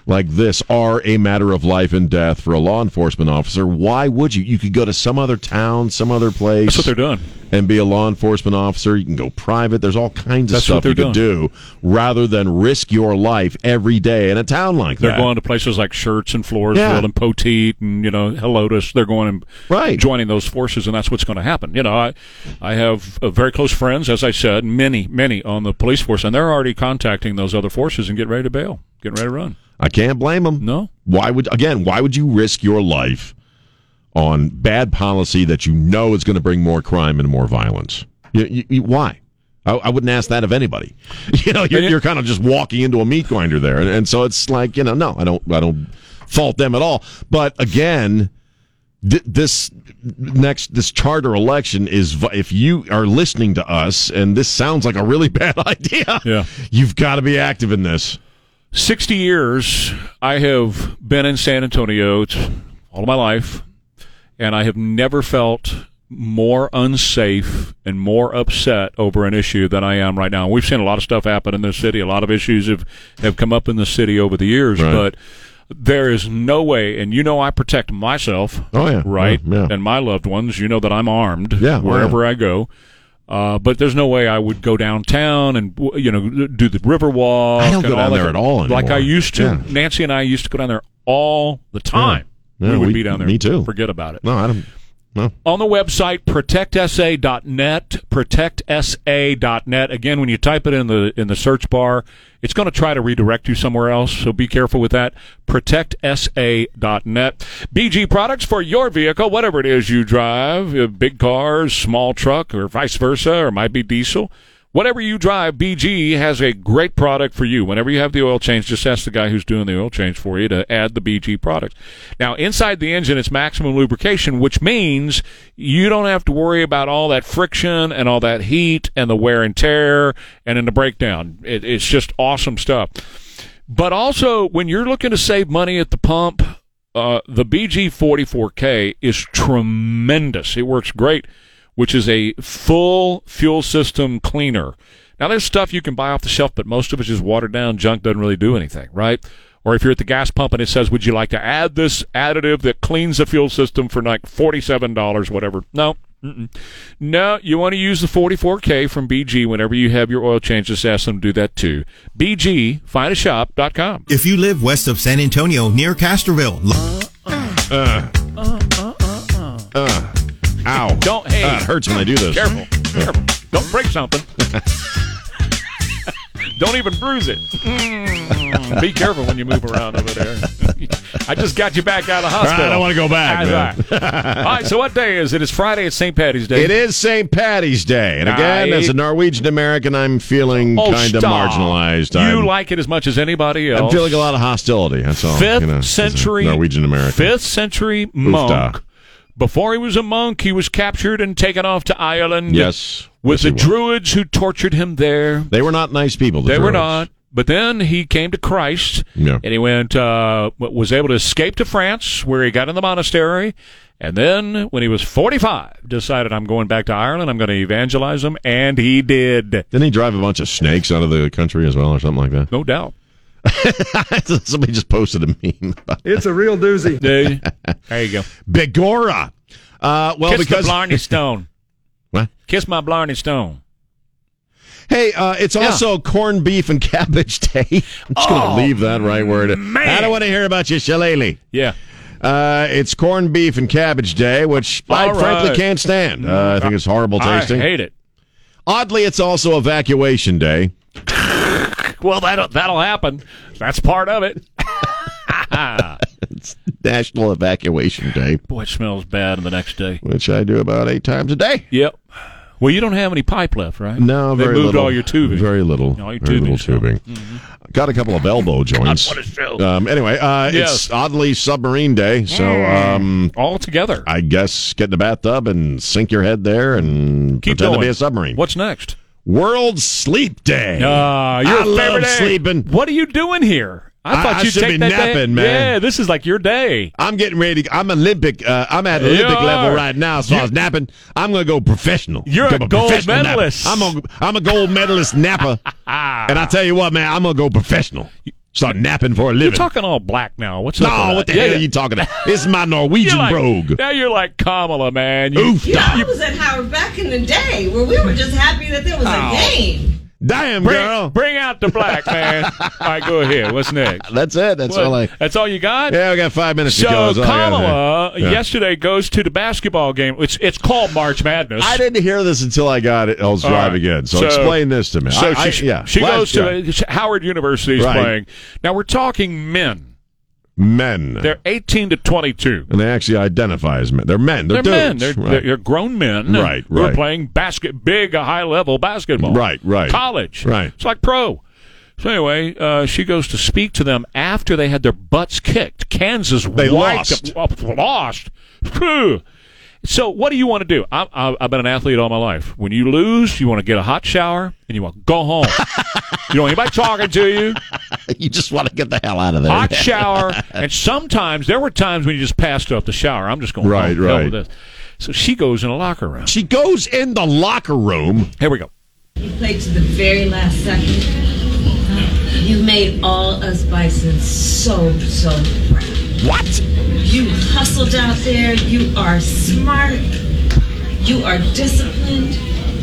S1: like this are a matter of life and death for a law enforcement officer why would you you could go to some other town some other place
S2: That's what they're doing.
S1: and be a law enforcement officer you can go private there's all kinds of
S2: That's what
S1: stuff
S2: they're
S1: you could do rather than risk your life every day in a town like
S2: They're
S1: that
S2: going to places like Shirts and Floresville
S1: Yeah.
S2: and Poteet and you know Helotus. They're going and
S1: Right.
S2: joining those forces, and that's what's going to happen. You know, I I have uh, very close friends, as I said, many many on the police force, and they're already contacting those other forces and getting ready to bail, getting ready to run.
S1: i can't blame them
S2: No,
S1: Why would again? Why would you risk your life on bad policy that you know is going to bring more crime and more violence? You, you, you- why? I, I wouldn't ask that of anybody. *laughs* You know, you're,
S2: And it-
S1: you're kind of just walking into a meat grinder there, and, and so it's like you know, no, I don't, I don't fault them at all. But again, th- this next this charter election is vi- if you are listening to us, and this sounds like a really *laughs* bad idea.
S2: Yeah.
S1: you've got to be active in this.
S2: 60 years I have been in San Antonio t- all my life, and I have never felt more unsafe and more upset over an issue than I am right now. We've seen a lot of stuff happen in this city. A lot of issues have, have come up in the city over the years,
S1: Right.
S2: but there is no way, and you know I protect myself,
S1: Oh, yeah.
S2: right,
S1: Yeah, yeah.
S2: and my loved ones. You know that I'm armed
S1: Yeah, oh,
S2: wherever I go. Uh, but there's no way I would go downtown and w- you know do the river walk.
S1: I don't
S2: and
S1: go down
S2: that
S1: there
S2: kind-
S1: at all
S2: Like I
S1: anymore.
S2: used to.
S1: Yeah.
S2: Nancy and I used to go down there all the time.
S1: Yeah. Yeah,
S2: we would
S1: we-
S2: be down there.
S1: me too.
S2: Forget about it.
S1: No, I don't. No.
S2: On the website protectsa.net, protectsa.net. Again, when you type it in the in the search bar, it's going to try to redirect you somewhere else. So be careful with that. Protectsa.net. BG products for your vehicle, whatever it is you drive, uh, big cars, small truck, or vice versa, or it might be diesel. Whatever you drive, BG has a great product for you. Whenever you have the oil change, just ask the guy who's doing the oil change for you to add the BG product. Now, inside the engine, it's maximum lubrication, which means you don't have to worry about all that friction and all that heat and the wear and tear and in the breakdown. It, it's just awesome stuff. But also, when you're looking to save money at the pump, uh, the BG44K is tremendous. It works great, which is a full fuel system cleaner. Now, there's stuff you can buy off the shelf, but most of it's just watered down junk, doesn't really do anything, right? Or if you're at the gas pump and it says, Would you like to add this additive that cleans the fuel system for like $47, whatever? No. Mm-mm. No, you want to use the 44K from BG whenever you have your oil change. Just ask them to do that too. BG, findashop.com.
S7: If you live west of San Antonio near Castroville, lo-
S1: Ow.
S2: Don't- hey.
S1: Ah, it hurts when I do this.
S2: Careful, careful. Don't break something. *laughs* Don't even bruise it. Mm, be careful when you move around over there. *laughs* I just got you back out of the hospital.
S1: I don't wanna go back,
S2: That's all right. All right, so what day is it? It's Friday. It's St. Patty's Day.
S1: It is St. Patty's Day, and again,
S2: Right.
S1: as a Norwegian American, I'm feeling
S2: Oh,
S1: kind of
S2: stop.
S1: marginalized.
S2: You
S1: I'm,
S2: like it as much as anybody else.
S1: I'm feeling a lot of hostility. That's all.
S2: fifth
S1: you know, as a
S2: century
S1: Norwegian American.
S2: Fifth century monk Before he was a monk, he was captured and taken off to Ireland.
S1: Yes.
S2: With
S1: Yes, he
S2: the
S1: was.
S2: Druids who tortured him there.
S1: They were not nice people. the
S2: They were
S1: Druids.
S2: not. But then he came to Christ,
S1: Yeah.
S2: and he went uh, w- was able to escape to France, where he got in the monastery, and then when he was forty five, decided I'm going back to Ireland. I'm going to evangelize them, and he did,
S1: Didn't he drive a bunch of snakes out of the country as well, or something like that? *laughs*
S2: no doubt. *laughs*
S1: Somebody just posted a meme. About
S8: It's a real doozy.
S2: there there you go.
S1: Begora. Uh, well,
S2: Kiss
S1: because
S2: the Blarney Stone.
S1: *laughs* What?
S2: Kiss my Blarney Stone.
S1: hey, uh, it's also corned beef and *laughs* cabbage day. I'm just
S2: Oh,
S1: gonna leave that right where it is. I don't want to hear about your shillelagh.
S2: Yeah.
S1: Uh, it's corned beef and cabbage day, which I
S2: All right.
S1: frankly can't stand. Uh, I think it's horrible tasting.
S2: I hate it.
S1: Oddly, it's also evacuation day. *laughs*
S2: Well, that'll, that'll happen. That's part of it.
S1: National Evacuation Day,
S2: Boy, it smells bad the next day.
S1: which I do about eight times a day.
S2: Yep. Well, you don't have any pipe left, right?
S1: No,
S2: they
S1: very
S2: moved
S1: little.
S2: all your tubing.
S1: Very little.
S2: All your
S1: very little tubing.
S2: tubing's
S1: Got a couple of
S2: *laughs*
S1: elbow joints.
S2: what a show.
S1: um, anyway, uh,
S2: Yes. Mm.
S1: it's oddly submarine day, so um,
S2: all together.
S1: I guess get in the bathtub and sink your head there and
S2: Keep
S1: pretend
S2: going.
S1: to be a submarine.
S2: What's next?
S1: World Sleep Day?
S2: Uh, your
S1: I
S2: favorite
S1: love
S2: day.
S1: sleeping.
S2: What are you doing here?
S1: I-
S2: I thought
S1: I
S2: you'd
S1: should
S2: take
S1: be
S2: that day.
S1: napping, man.
S2: Yeah, this is like your day.
S1: I'm getting ready. To, I'm Olympic. Uh, I'm at
S2: You
S1: Olympic level
S2: are.
S1: right now. So I was napping. I'm gonna go professional.
S2: You're a
S1: Become
S2: gold
S1: professional napper.
S2: medalist.
S1: I'm a I'm a gold medalist
S2: *laughs*
S1: napper. and I tell you what, man, I'm gonna go professional. Start napping for a
S2: You're
S1: living.
S2: talking all black now. What's up?
S1: no,
S2: with
S1: what
S2: that?
S1: the
S2: Yeah,
S1: hell
S2: yeah.
S1: are you talking about? This is my
S2: *laughs* You're
S1: Norwegian
S2: like- *laughs*
S1: brogue.
S2: Now you're like Kamala, man. You,
S1: Oof,
S9: I was at Howard back in the day where we were just happy that there was a game.
S1: damn girl.
S2: bring, bring out the black,
S1: *laughs*
S2: man. all right, go ahead. What's next?
S1: That's it. That's
S2: What?
S1: all I.
S2: That's all you got?
S1: Yeah, we got five minutes to go.
S2: So
S1: That's all I gotta
S2: Kamala
S1: do. oh, Yeah.
S2: yesterday goes to the basketball game. It's it's called March Madness.
S1: I didn't hear this until I got it. I was
S2: All right.
S1: driving in. So,
S2: So-
S1: explain this to me.
S2: So
S1: I,
S2: she,
S1: I, yeah.
S2: she
S1: Last-
S2: goes
S1: yeah.
S2: to Howard University is
S1: Right.
S2: playing. Now we're talking men.
S1: men.
S2: They're 18 to 22.
S1: and they actually identify as men. They're men. They're,
S2: They're men.
S1: dudes.
S2: They're,
S1: Right.
S2: they're, they're grown men.
S1: Right,
S2: Who are
S1: right.
S2: playing basket, big, high level basketball.
S1: Right, right.
S2: College.
S1: Right.
S2: It's like pro. So anyway, uh, she goes to speak to them after they had their butts kicked. Kansas
S1: They
S2: wiped them- lost. Phew. So what do you want to do? I, I, I've been an athlete all my life. When you lose, you want to get a hot shower and you want to
S1: *laughs*
S2: go home. you don't want anybody talking to you.
S1: you just want to get the hell out of there. *laughs*
S2: hot shower, and sometimes there were times when you just passed up the shower. I'm just going "Oh,
S1: Right,
S2: home, hell
S1: right.
S2: With this. So she goes in a locker room.
S1: She goes in the locker room.
S2: Here we go.
S9: You played to the very last second. You made all us bison so, so proud.
S1: What?
S9: You hustled out there. You are smart. You are disciplined.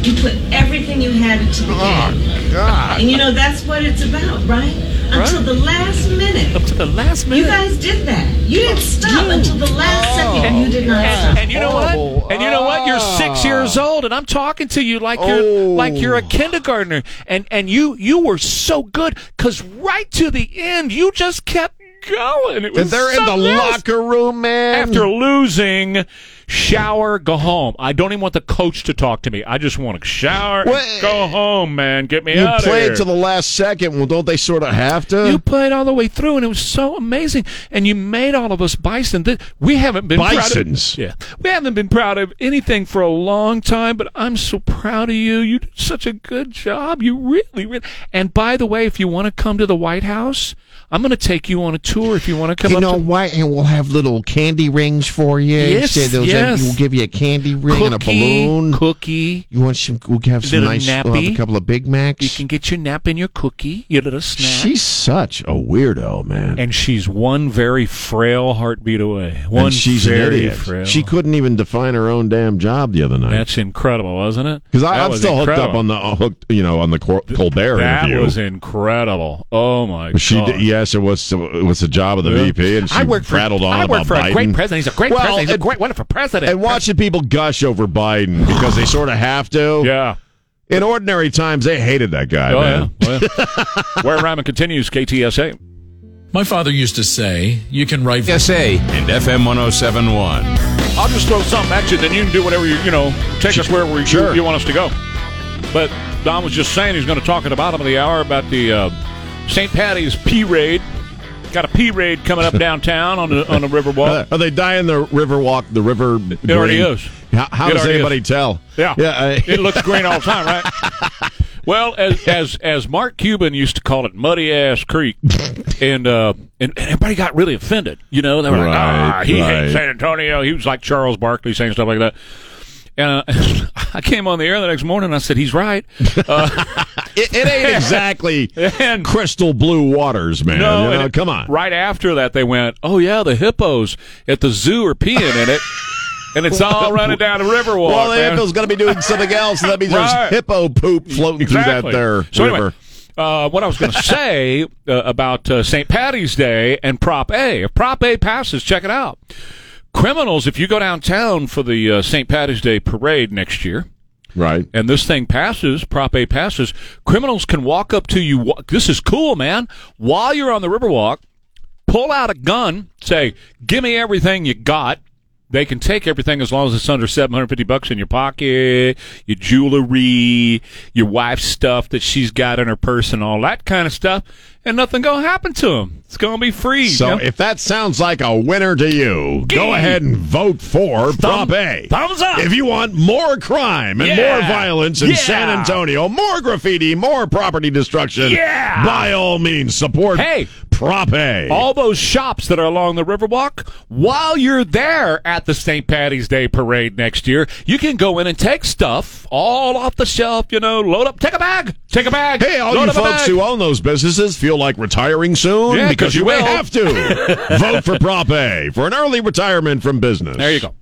S9: You put everything you had into the game.
S1: God.
S9: And you know, that's what it's about, right? Until the last minute.
S2: To the last
S9: You guys did that. You didn't stop until the last second.
S2: Oh.
S9: You did not stop.
S2: and, and you know
S1: Horrible.
S2: what? And you know what? You're six years old, and I'm talking to you like you're
S1: Oh.
S2: like you're a kindergartner, and and you you were so good because right to the end you just kept going. It was
S1: And they're in the
S2: something else.
S1: locker room, man.
S2: after losing, shower, go home. I don't even want the coach to talk to me. I just want to shower, and
S1: Wait.
S2: go home, man. Get me
S1: you
S2: out of
S1: played
S2: here.
S1: to the last second. Well, don't they sort of have to?
S2: you played all the way through, and it was so amazing. And you made all of us bison. Th- We haven't been
S1: Bisons.
S2: Proud of, yeah, we haven't been proud of anything for a long time. But I'm so proud of you. You did such a good job. You really, really. And by the way, if you want to come to the White House, I'm going to take you on a tour. If you want to come,
S10: You
S2: up
S10: know
S2: to-
S10: what? And we'll have little candy rings for you.
S2: Yes,
S10: Instead of those,
S2: yes.
S10: We'll give you a candy ring and a
S2: Cookie,
S10: balloon.
S2: cookie.
S10: you want some? We'll have some
S2: Little
S10: nice. We'll have
S2: nappy.
S10: a couple of Big Macs.
S2: You can get your nap and your cookie, your little snack.
S1: She's such a weirdo, man.
S2: and she's one very frail heartbeat away. One
S1: And she's an
S2: very
S1: idiot.
S2: frail.
S1: She couldn't even define her own damn job the other night.
S2: That's incredible, wasn't it?
S1: Because
S2: That
S1: I'm
S2: was
S1: still hooked up
S2: incredible.
S1: on the uh, hooked, you know, on the Cor- Colbert
S2: That
S1: interview.
S2: was incredible. Oh my god.
S1: she did, yes, it was it was the job of the VP, and she prattled on
S2: I
S1: about
S2: work for
S1: Biden.
S2: a great president. He's a great
S1: Well,
S2: president. He's a
S1: and-
S2: great, wonderful president.
S1: and watching people gush over
S2: *sighs*
S1: Biden because they sort of have to.
S2: Yeah.
S1: In ordinary times, they hated that guy,
S2: Oh
S1: man.
S2: yeah. Well,
S1: *laughs*
S2: Where Ryman continues, KTSA.
S11: My father used to say, you can write
S8: SA and FM 1071.
S2: I'll just throw something at you, then you can do whatever you you know. Take us wherever you,
S1: Sure.
S2: you want us to go. But Don was just saying he's going to talk at the bottom of the hour about the uh, St. Patty's P raid Got a pee raid coming
S1: *laughs*
S2: up downtown on the on the
S1: Uh,
S2: Riverwalk.
S1: are they dying the river walk? The river.
S2: It already
S1: green?
S2: is.
S1: How, how
S2: It
S1: does
S2: already
S1: anybody
S2: is.
S1: tell?
S2: Yeah,
S1: Yeah. uh, *laughs* I-
S2: it looks green all the time, right? *laughs* Well, as as as Mark Cuban used to call it, muddy ass creek, and uh, and, and everybody got really offended. You know, they were like,
S1: Right,
S2: "Ah, he
S1: right.
S2: hates San Antonio." He was like Charles Barkley saying stuff like that. And uh, *laughs* I came on the air the next morning. and I said, "He's right." Uh,
S1: It, it
S2: *laughs*
S1: ain't exactly
S2: And-
S1: crystal blue waters, man.
S2: No,
S1: You know,
S2: and it-
S1: come on.
S2: Right after that, they went, "Oh yeah, the hippos at the zoo are peeing in it, and it's all running down the river walk."
S1: *laughs* Well, the
S2: man.
S1: hippo's going to be doing something else, and that means
S2: Right.
S1: there's hippo poop floating through
S2: exactly.
S1: that there
S2: so
S1: river.
S2: anyway, uh, what I
S1: *laughs*
S2: was going to say uh, about uh, St. Patty's Day and Prop A. If Prop A passes, check it out. Criminals, if you go downtown for the uh, St. Patty's Day parade next year,
S1: Right.
S2: and this thing passes, Prop A passes, criminals can walk up to you. wa- This is cool, man. While you're on the Riverwalk, pull out a gun, say, "Give me everything you got." They can take everything as long as it's under 750 bucks in your pocket, your jewelry, your wife's stuff that she's got in her purse and all that kind of stuff, and nothing going to happen to them. It's going to be free.
S1: So
S2: Now,
S1: if that sounds like a winner to you,
S2: Gee.
S1: go ahead and vote for Prop A.
S2: thumbs up.
S1: If you want more crime and
S2: Yeah.
S1: more violence in
S2: Yeah.
S1: San Antonio, more graffiti, more property destruction,
S2: Yeah.
S1: by all means support
S2: Hey.
S1: Prop A.
S2: all those shops that are along the Riverwalk, while you're there at the St. Patty's Day parade next year, you can go in and take stuff all off the shelf, you know, load up, take a bag, take a bag.
S1: Hey, all
S2: load
S1: you
S2: up a
S1: folks
S2: bag.
S1: who own those businesses feel like retiring soon
S2: Yeah, 'cause
S1: because
S2: you
S1: you may
S2: will.
S1: have
S2: *laughs*
S1: to. Vote for Prop A for an early retirement from business.
S2: There you go.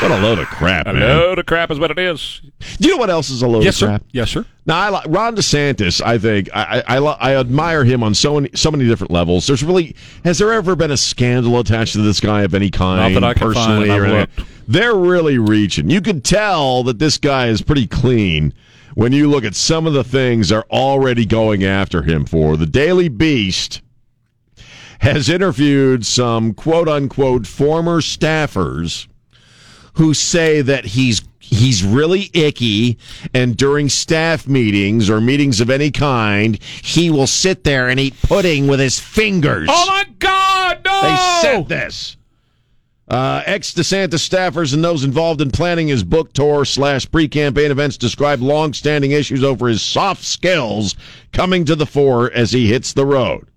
S1: What a load of crap,
S2: A
S1: man.
S2: load of crap is what it is.
S1: Do you know what else is a load
S2: Yes,
S1: of
S2: sir.
S1: crap?
S2: Yes, sir.
S1: Now, I like Ron DeSantis. I think I I, I, lo- I admire him on so many, so many different levels. There's really has there ever been a scandal attached to this guy of any kind?
S2: Not that I can
S1: personally,
S2: find. I've
S1: or anything?
S2: looked.
S1: they're really reaching. You can tell that this guy is pretty clean when you look at some of the things they're already going after him for. The Daily Beast has interviewed some quote unquote former staffers who say that he's he's really icky and during staff meetings or meetings of any kind he will sit there and eat pudding with his fingers
S2: Oh my God, no!
S1: they said this uh, ex DeSantis staffers and those involved in planning his book tour slash pre campaign events describe long standing issues over his soft skills coming to the fore as he hits the road.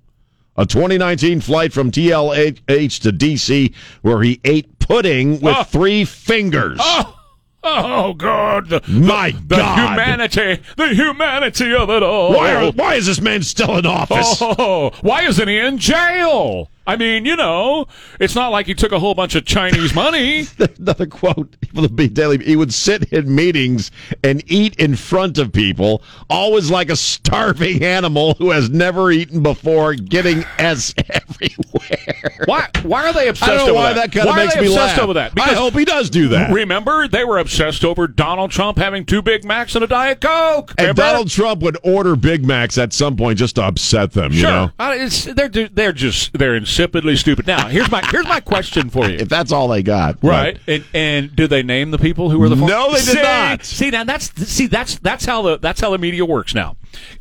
S1: A 2019 flight from TLH to DC where he ate pudding with
S2: Oh.
S1: three fingers.
S2: Oh, oh God, the,
S1: My
S2: the
S1: God.
S2: humanity, the humanity of it all.
S1: Why, are, why is this man still in office?
S2: Oh, why isn't he in jail? I mean, you know, it's not like he took a whole bunch of Chinese money.
S1: *laughs* Another quote from the Be- Daily. He would sit in meetings and eat in front of people, always like a starving animal who has never eaten before, getting s *laughs* everywhere.
S2: Why? Why are they obsessed
S1: I don't know
S2: over
S1: why that,
S2: that?
S1: kind of
S2: why
S1: makes
S2: are they
S1: me
S2: obsessed
S1: laugh.
S2: over that?
S1: I hope he does do that.
S2: *clears throat* remember they were obsessed over Donald Trump having two Big Macs and a Diet Coke.
S1: and
S2: Remember?
S1: Donald Trump would order Big Macs at some point just to upset them. You
S2: sure,
S1: know,
S2: I- it's, they're they're just they're insipidly stupid. Now here's my here's my question for you.
S1: if that's all they got,
S2: Right. And and did they name the people who were the
S1: No, they did
S2: see,
S1: not.
S2: See now that's see that's that's how the that's how the media works now.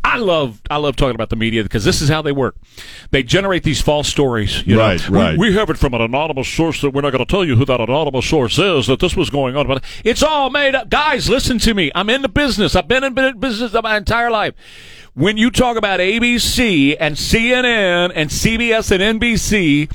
S2: I love I love talking about the media because this is how they work. They generate these false stories. you know.
S1: Right,
S2: We-
S1: right.
S2: We, have it from an anonymous source that we're not going to tell you who that anonymous source is that this was going on. But it's all made up. Guys, listen to me. I'm in the business. I've been in bu- business my entire life. When you talk about ABC and CNN and CBS and NBC,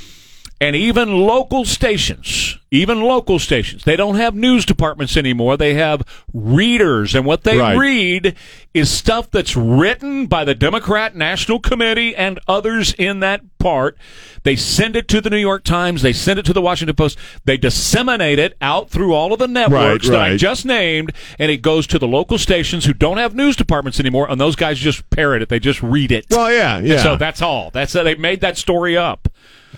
S2: and even local stations, even local stations, they don't have news departments anymore. They have readers. And what they
S1: Right.
S2: read is stuff that's written by the Democrat National Committee and others in that part. They send it to the New York Times. They send it to the Washington Post. They disseminate it out through all of the networks
S1: Right,
S2: that I
S1: right.
S2: just named. And it goes to the local stations who don't have news departments anymore. And those guys just parrot it. They just read it.
S1: Well, yeah, yeah.
S2: So that's all. That's they made that story up.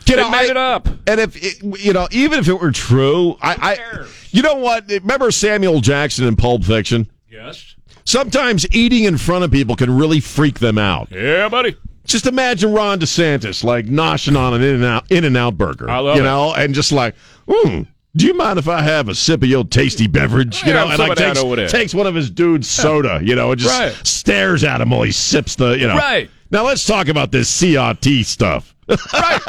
S1: You
S2: they
S1: know,
S2: made
S1: I-
S2: it up.
S1: And if it, you know, even if it were true, I, I,
S2: cares?
S1: you know what? Remember Samuel Jackson in Pulp Fiction?
S2: Yes.
S1: Sometimes eating in front of people can really freak them out.
S2: Yeah, buddy.
S1: Just imagine Ron DeSantis like noshing on an in and out in and out burger.
S2: I love
S1: you
S2: it.
S1: know, and just like, mm, do you mind if I have a sip of your tasty beverage? You
S2: Oh, Yeah,
S1: know,
S2: have
S1: and
S2: some
S1: like
S2: of that
S1: takes,
S2: over there.
S1: takes one of his dude's soda, you know, and just
S2: Right.
S1: stares at him while he sips the, you know.
S2: Right.
S1: Now let's talk about this CRT stuff.
S2: right.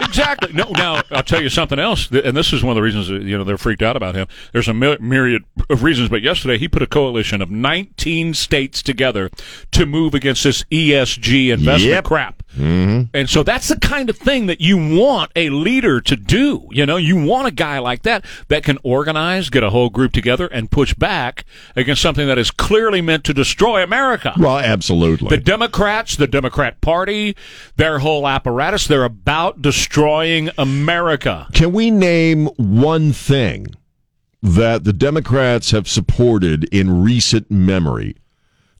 S2: Exactly. No. Now I'll tell you something else, th- and this is one of the reasons that, you know they're freaked out about him. There's a my- myriad of reasons, but yesterday he put a coalition of 19 states together to move against this ESG investment
S1: Yep.
S2: crap.
S1: Mm-hmm.
S2: And so that's the kind of thing that you want a leader to do. You know, you want a guy like that that can organize, get a whole group together, and push back against something that is clearly meant to destroy America.
S1: Well, absolutely.
S2: The Democrats, the Democrat Party, their whole apparatus, they're about destroying America.
S1: Can we name one thing that the Democrats have supported in recent memory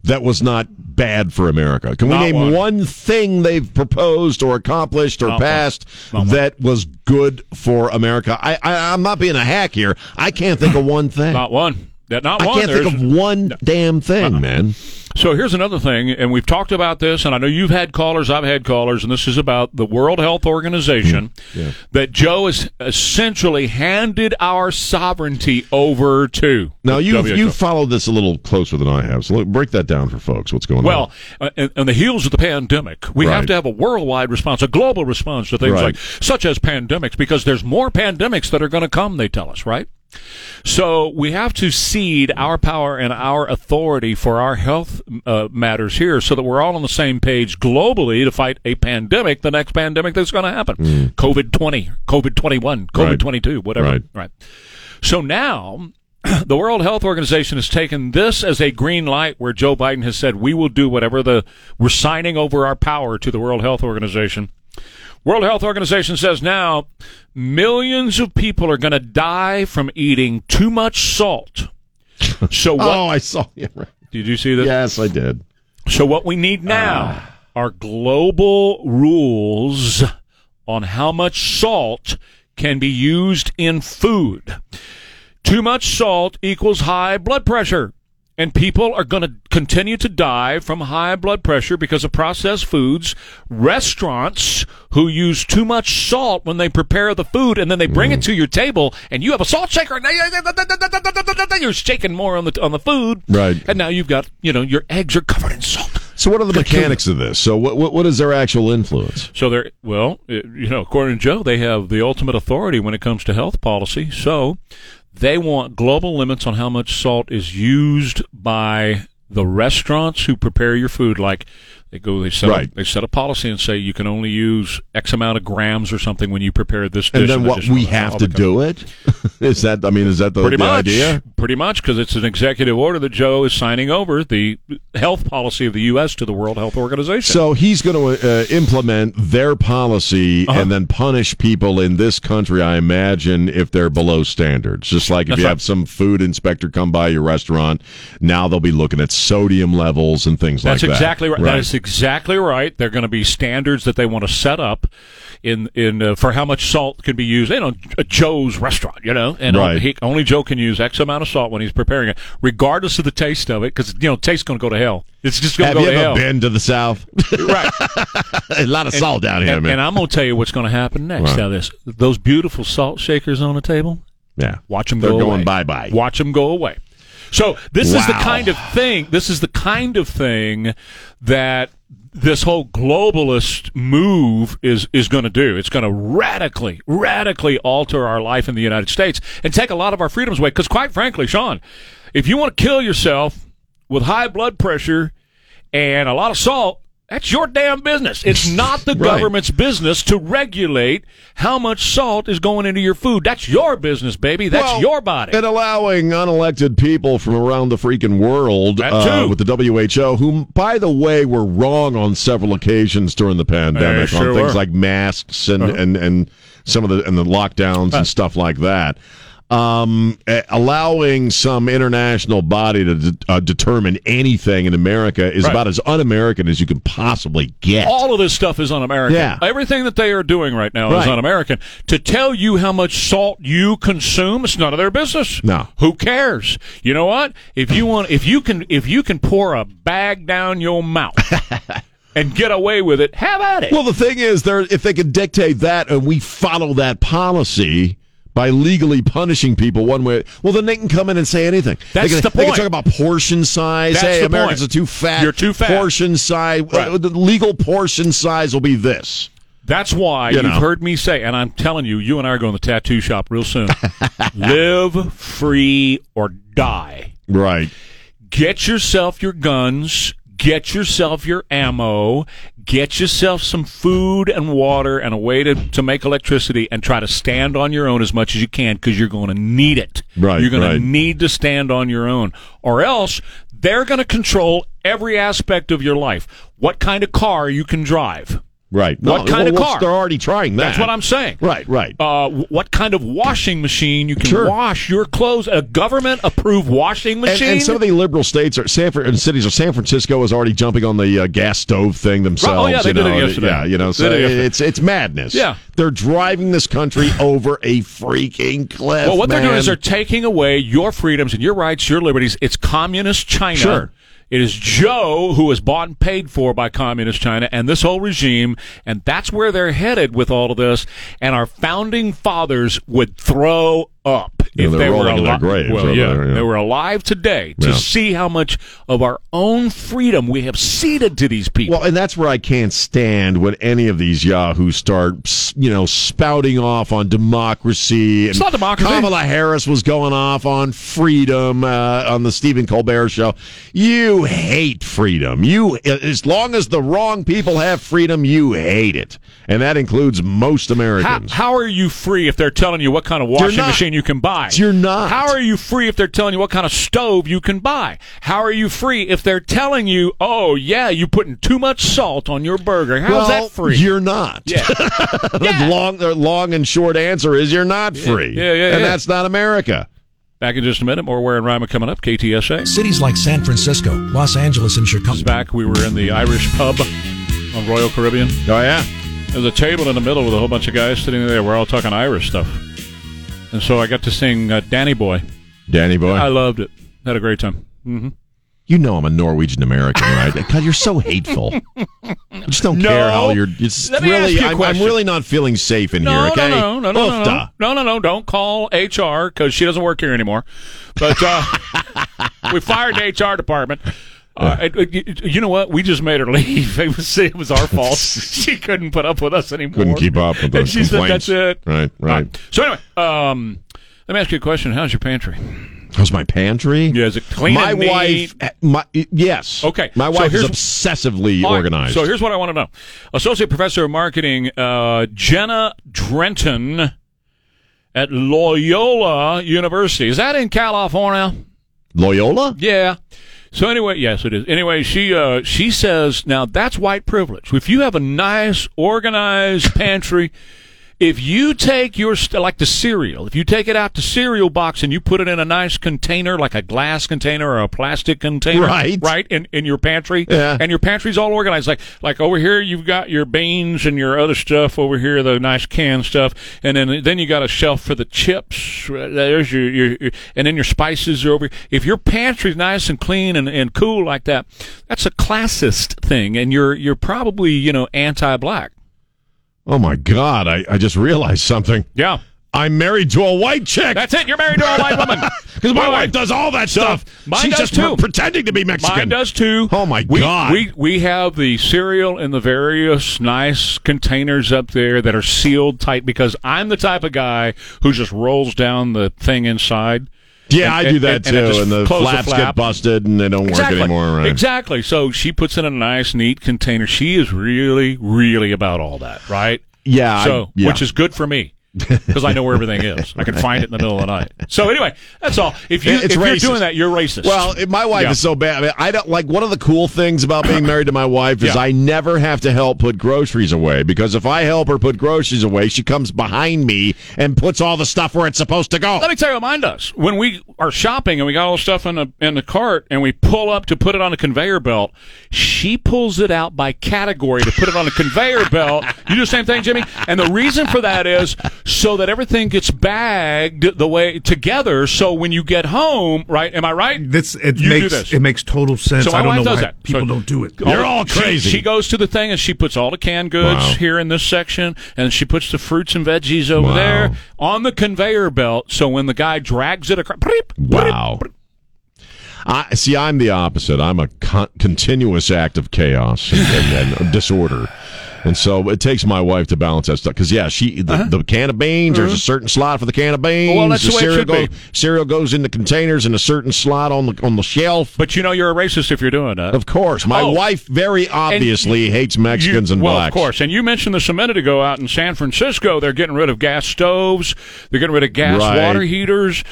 S1: that was not bad for America? Can we
S2: Not
S1: name
S2: one.
S1: one. thing they've proposed or accomplished or
S2: Not one.
S1: passed that was good for America? I, I, I'm not being a hack here. I can't think of one thing.
S2: Not one. That not
S1: I
S2: one.
S1: can't think
S2: There's- Uh-huh.
S1: of one damn thing, man.
S2: So here's another thing, and we've talked about this, and I know you've had callers, I've had callers, and this is about the World Health Organization
S1: Hmm.
S2: that Joe has essentially handed our sovereignty over to.
S1: Now you
S2: WHO.
S1: you followed this a little closer than I have, so look, break that down for folks. What's going on?
S2: Well, uh, and, and the heels of the pandemic, we have
S1: Right.
S2: to have a worldwide response, a global response to things
S1: Right.
S2: like such as pandemics, because there's more pandemics that are going to come. They tell us, right? So we have to cede our power and our authority for our health uh, matters here, so that we're all on the same page globally to fight a pandemic, the next pandemic that's going to happen, COVID twenty, COVID twenty one, COVID twenty two, whatever.
S1: Mm. Right.
S2: right. So now the World Health Organization has taken this as a green light where Joe Biden has said, we will do whatever the, we're signing over our power to the World Health Organization. World Health Organization says now millions of people are going to die from eating too much salt. So what?
S1: oh, I saw you. *laughs*
S2: Did you see this?
S1: Yes, I did.
S2: So what we need now are global rules on how much salt can be used in food. Too much salt equals high blood pressure. And people are going to continue to die from high blood pressure because of processed foods. Restaurants who use too much salt when they prepare the food and then they bring it to your table and you have a salt shaker and you're shaking more on the, on the food.
S1: Right.
S2: And now you've got, you know, your eggs are covered in salt.
S1: So what are the mechanics of this? So what, what what is their actual influence?
S2: So they're well, it, you know, according to Joe, they have the ultimate authority when it comes to health policy. So they want global limits on how much salt is used by the restaurants who prepare your food. Like they go, they set
S1: Right.
S2: a, they set a policy and say you can only use X amount of grams or something when you prepare this dish.
S1: And then what
S2: additional-
S1: we
S2: all
S1: have to
S2: that kind of-
S1: do it? *laughs* Is that I mean is that the,
S2: Pretty
S1: the
S2: much,
S1: idea?
S2: pretty much, because it's an executive order that Joe is signing over the health policy of the U.S. to the World Health Organization.
S1: So he's going to uh, implement their policy
S2: Uh-huh.
S1: and then punish people in this country, I imagine, if they're below standards. Just like if
S2: That's
S1: you
S2: right.
S1: have some food inspector come by your restaurant, now they'll be looking at sodium levels and things
S2: That's
S1: like that.
S2: exactly right. That is exactly right. They're going to be standards that they want to set up in in uh, for how much salt can be used. You know, J- Joe's restaurant. You know, and
S1: Right.
S2: he, only Joe can use X amount of salt when he's preparing it, regardless of the taste of it, because you know, taste's going to go to hell. It's just going
S1: Have
S2: to go
S1: you
S2: to
S1: ever
S2: hell.
S1: been to the South? *laughs*
S2: Right.
S1: a lot of salt down here,
S2: and,
S1: man.
S2: and I'm going to tell you what's going to happen next.
S1: Right.
S2: Now, this those beautiful salt shakers on the table.
S1: yeah.
S2: Watch them
S1: They're
S2: go away.
S1: going bye bye.
S2: Watch them go away. So this is the
S1: Wow.
S2: kind of thing. This is the kind of thing that this whole globalist move is is going to do. It's going to radically, radically alter our life in the United States and take a lot of our freedoms away. Because quite frankly, Sean, if you want to kill yourself with high blood pressure and a lot of salt. That's your damn business.
S1: *laughs*
S2: It's not the
S1: Right.
S2: government's business to regulate how much salt is going into your food. That's your business, baby. That's
S1: Well,
S2: your body.
S1: And allowing unelected people from around the freaking world
S2: That
S1: uh,
S2: too.
S1: with the WHO, who, by the way, were wrong on several occasions during the pandemic
S2: They sure
S1: on things
S2: were. Uh-huh.
S1: like masks and, and, and some of the and the lockdowns
S2: Uh.
S1: and stuff like that. Um, eh, allowing some international body to de- uh, determine anything in America is
S2: Right.
S1: about as un-American as you can possibly get.
S2: All of this stuff is un-American.
S1: Yeah.
S2: Everything that they are doing right now is
S1: Right.
S2: un-American. To tell you how much salt you consume, it's none of their business.
S1: No.
S2: Who cares? You know what? If you want, if you can, if you can pour a bag down
S1: *laughs*
S2: your mouth and get away with it, have at it.
S1: Well, the thing is, there if they could dictate that and we follow that policy by legally punishing people one way, well, then they can come in and say anything.
S2: That's
S1: they can,
S2: the
S1: They can
S2: point.
S1: talk about portion size.
S2: That's
S1: hey,
S2: the
S1: Americans
S2: point.
S1: are too fat.
S2: You're too fat.
S1: Portion size.
S2: Right.
S1: uh, the legal portion size will be this.
S2: That's why
S1: You
S2: you have
S1: know.
S2: heard me say, and I'm telling you, you and I are going to the tattoo shop real
S1: *laughs*
S2: soon. Live free or die.
S1: Right.
S2: Get yourself your guns. Get yourself your ammo. Get yourself some food and water and a way to, to make electricity and try to stand on your own as much as you can because you're going to need it.
S1: Right,
S2: You're going
S1: right.
S2: to need to stand on your own, or else they're going to control every aspect of your life. What kind of car you can drive.
S1: Right.
S2: What kind of
S1: well,
S2: car?
S1: They're already trying that.
S2: That's what I'm saying.
S1: Right, right.
S2: Uh, wh- what kind of washing machine you can
S1: Sure.
S2: wash your clothes? A government-approved washing
S1: And,
S2: machine.
S1: and some of the liberal states or San Fran- and cities or San Francisco is already jumping on the uh, gas stove thing themselves.
S2: Oh, yeah, they
S1: you
S2: did
S1: know,
S2: it
S1: and
S2: yesterday.
S1: Yeah, you know,
S2: They
S1: so
S2: did it yesterday.
S1: it's it's madness.
S2: Yeah.
S1: they're driving this country over a freaking cliff.
S2: well, what they're doing
S1: man.
S2: is they're taking away your freedoms and your rights, your liberties. It's communist China.
S1: Sure.
S2: It is Joe who is bought and paid for by communist China and this whole regime, and that's where they're headed with all of this. And our founding fathers would throw up
S1: Yeah,
S2: if
S1: they're
S2: they were
S1: rolling in their
S2: alive.
S1: graves
S2: well,
S1: over
S2: yeah,
S1: there, yeah.
S2: they were alive today to
S1: Yeah.
S2: see how much of our own freedom we have ceded to these people.
S1: Well, and that's where I can't stand when any of these yahoos start, you know, spouting off on democracy. And
S2: It's not democracy.
S1: Kamala Harris was going off on freedom uh, on the Stephen Colbert show. You hate freedom. You, as long as the wrong people have freedom, you hate it, and that includes most
S2: How,
S1: Americans.
S2: how are you free if they're telling you what kind of washing
S1: not.
S2: machine you can buy?
S1: You're not.
S2: How are you free if they're telling you what kind of stove you can buy? How are you free if they're telling you, oh, yeah, you're putting too much salt on your burger? How's
S1: well,
S2: that free?
S1: You're not. Yeah. long, *laughs* the long and short answer is you're not free.
S2: Yeah, yeah,
S1: and
S2: yeah.
S1: that's not America.
S2: Back in just a minute, more Where and Rhyma coming up, KTSA.
S12: Cities like San Francisco, Los Angeles, and Chicago.
S2: This is back. We were in the Irish pub on Royal Caribbean.
S1: Oh yeah.
S2: There's a table in the middle with a whole bunch of guys sitting there. We're all talking Irish stuff. And so I got to sing uh, Danny Boy.
S1: Danny boy.
S2: I loved it. Had a great time. hmm
S1: You know I'm a Norwegian American, right? God, you're so hateful. I just don't
S2: No.
S1: care how you're. It's
S2: Let me ask
S1: really,
S2: you a
S1: I'm, I'm
S2: question.
S1: really not feeling safe in here. Okay,
S2: No, no, no, no, no,
S1: Ufta.
S2: no, no, no, no. Don't call HR because she doesn't work here anymore. But
S1: *laughs*
S2: uh, we fired the HR department. Uh, it- it- you know what? We just made her leave. *laughs* It was, it was
S1: *laughs*
S2: our fault. she couldn't put up with us anymore.
S1: Couldn't keep up with the
S2: And *laughs* she said,
S1: complaints.
S2: "That's it."
S1: Right, right.
S2: So anyway, um, let me ask you a question. How's your pantry?
S1: How's my pantry?
S2: Yeah, is it clean
S1: My
S2: and
S1: wife, eh, my yes.
S2: Okay,
S1: my
S2: so
S1: wife is
S2: here's-
S1: obsessively
S2: All right,
S1: organized.
S2: So here's what I want to know: Associate Professor of Marketing uh, Jenna Drenton at Loyola University. Is that in California?
S1: Loyola.
S2: Yeah. So anyway, yes, it is. Anyway, she uh, she says now that's white privilege. If you have a nice organized pantry, if you take your st- like the cereal, if you take it out the cereal box and you put it in a nice container, like a glass container or a plastic container,
S1: Right.
S2: right, in, in your pantry,
S1: Yeah.
S2: and your pantry's all organized. Like like over here, you've got your beans and your other stuff over here, the nice canned stuff, and then then you got a shelf for the chips. right, There's your, your, your and then your spices are over. If your pantry's nice and clean and, and cool like that, that's a classist thing, and you're you're probably you know anti-black.
S1: Oh my God, I, I just realized something.
S2: Yeah.
S1: I'm married to a white chick
S2: That's it. You're married to a white woman.
S1: because my
S2: Wait,
S1: wife
S2: wait.
S1: does all that
S2: So,
S1: stuff.
S2: mine
S1: She's
S2: does
S1: just
S2: too.
S1: pretending to be Mexican.
S2: Mine does too.
S1: Oh, my
S2: we,
S1: God.
S2: We we have the cereal in the various nice containers up there that are sealed tight because I'm the type of guy who just rolls down the thing inside.
S1: Yeah, I
S2: And-
S1: do that
S2: and- and I
S1: too.
S2: just
S1: And the
S2: close the
S1: flaps get
S2: flap.
S1: busted and they don't work anymore. Right?
S2: Exactly. So she puts it in a nice, neat container. She is really, really about all that, right?
S1: Yeah, I-
S2: So,
S1: yeah.
S2: which is good for me because I know where everything is. I can find it in the middle of the night. So anyway, that's all. If you
S1: It- it's
S2: if
S1: racist.
S2: you're doing that, you're racist.
S1: Well, it- my wife
S2: Yeah.
S1: is so bad. I, mean, I don't like one of the cool things about being *coughs* married to my wife is
S2: Yeah.
S1: I never have to help put groceries away because if I help her put groceries away, she comes behind me and puts all the stuff where it's supposed to go.
S2: Let me tell you what mine does. When we are shopping and we got all the stuff in the in the cart and we pull up to put it on a conveyor belt, she pulls it out by category to put it on a conveyor belt. You do the same thing, Jimmy. And the reason for that is so that everything gets bagged the way together. So when you get home, right? Am I right?
S5: This it
S2: You do
S5: makes
S2: this.
S5: it makes total sense.
S2: So my
S5: I don't
S2: wife
S5: know
S2: does
S5: why
S2: that.
S5: people
S2: So-
S5: don't do it.
S1: You're all
S2: she-
S1: crazy.
S2: She, goes to the thing and she puts all the canned goods
S1: Wow.
S2: here in this section, and she puts the fruits and veggies over
S1: Wow.
S2: there on the conveyor belt. So when the guy drags it across,
S1: Wow. I see. I'm the opposite. I'm a con- continuous act of chaos and, and, and uh, *laughs* disorder. And so it takes my wife to balance that stuff because yeah, she the, the can of beans. There's a certain slot for the can of beans.
S2: Uh-huh. Well, that's the way it
S1: cereal
S2: should be.
S1: goes, Cereal goes in the containers in a certain slot on the on the shelf.
S2: But you know you're a racist if you're doing that.
S1: Of course, my
S2: Oh.
S1: wife very obviously hates Mexicans
S2: You-
S1: and
S2: well,
S1: blacks.
S2: of course. And you mentioned this a minute ago out in San Francisco. They're getting rid of gas stoves. They're getting rid of gas
S1: Right.
S2: water heaters.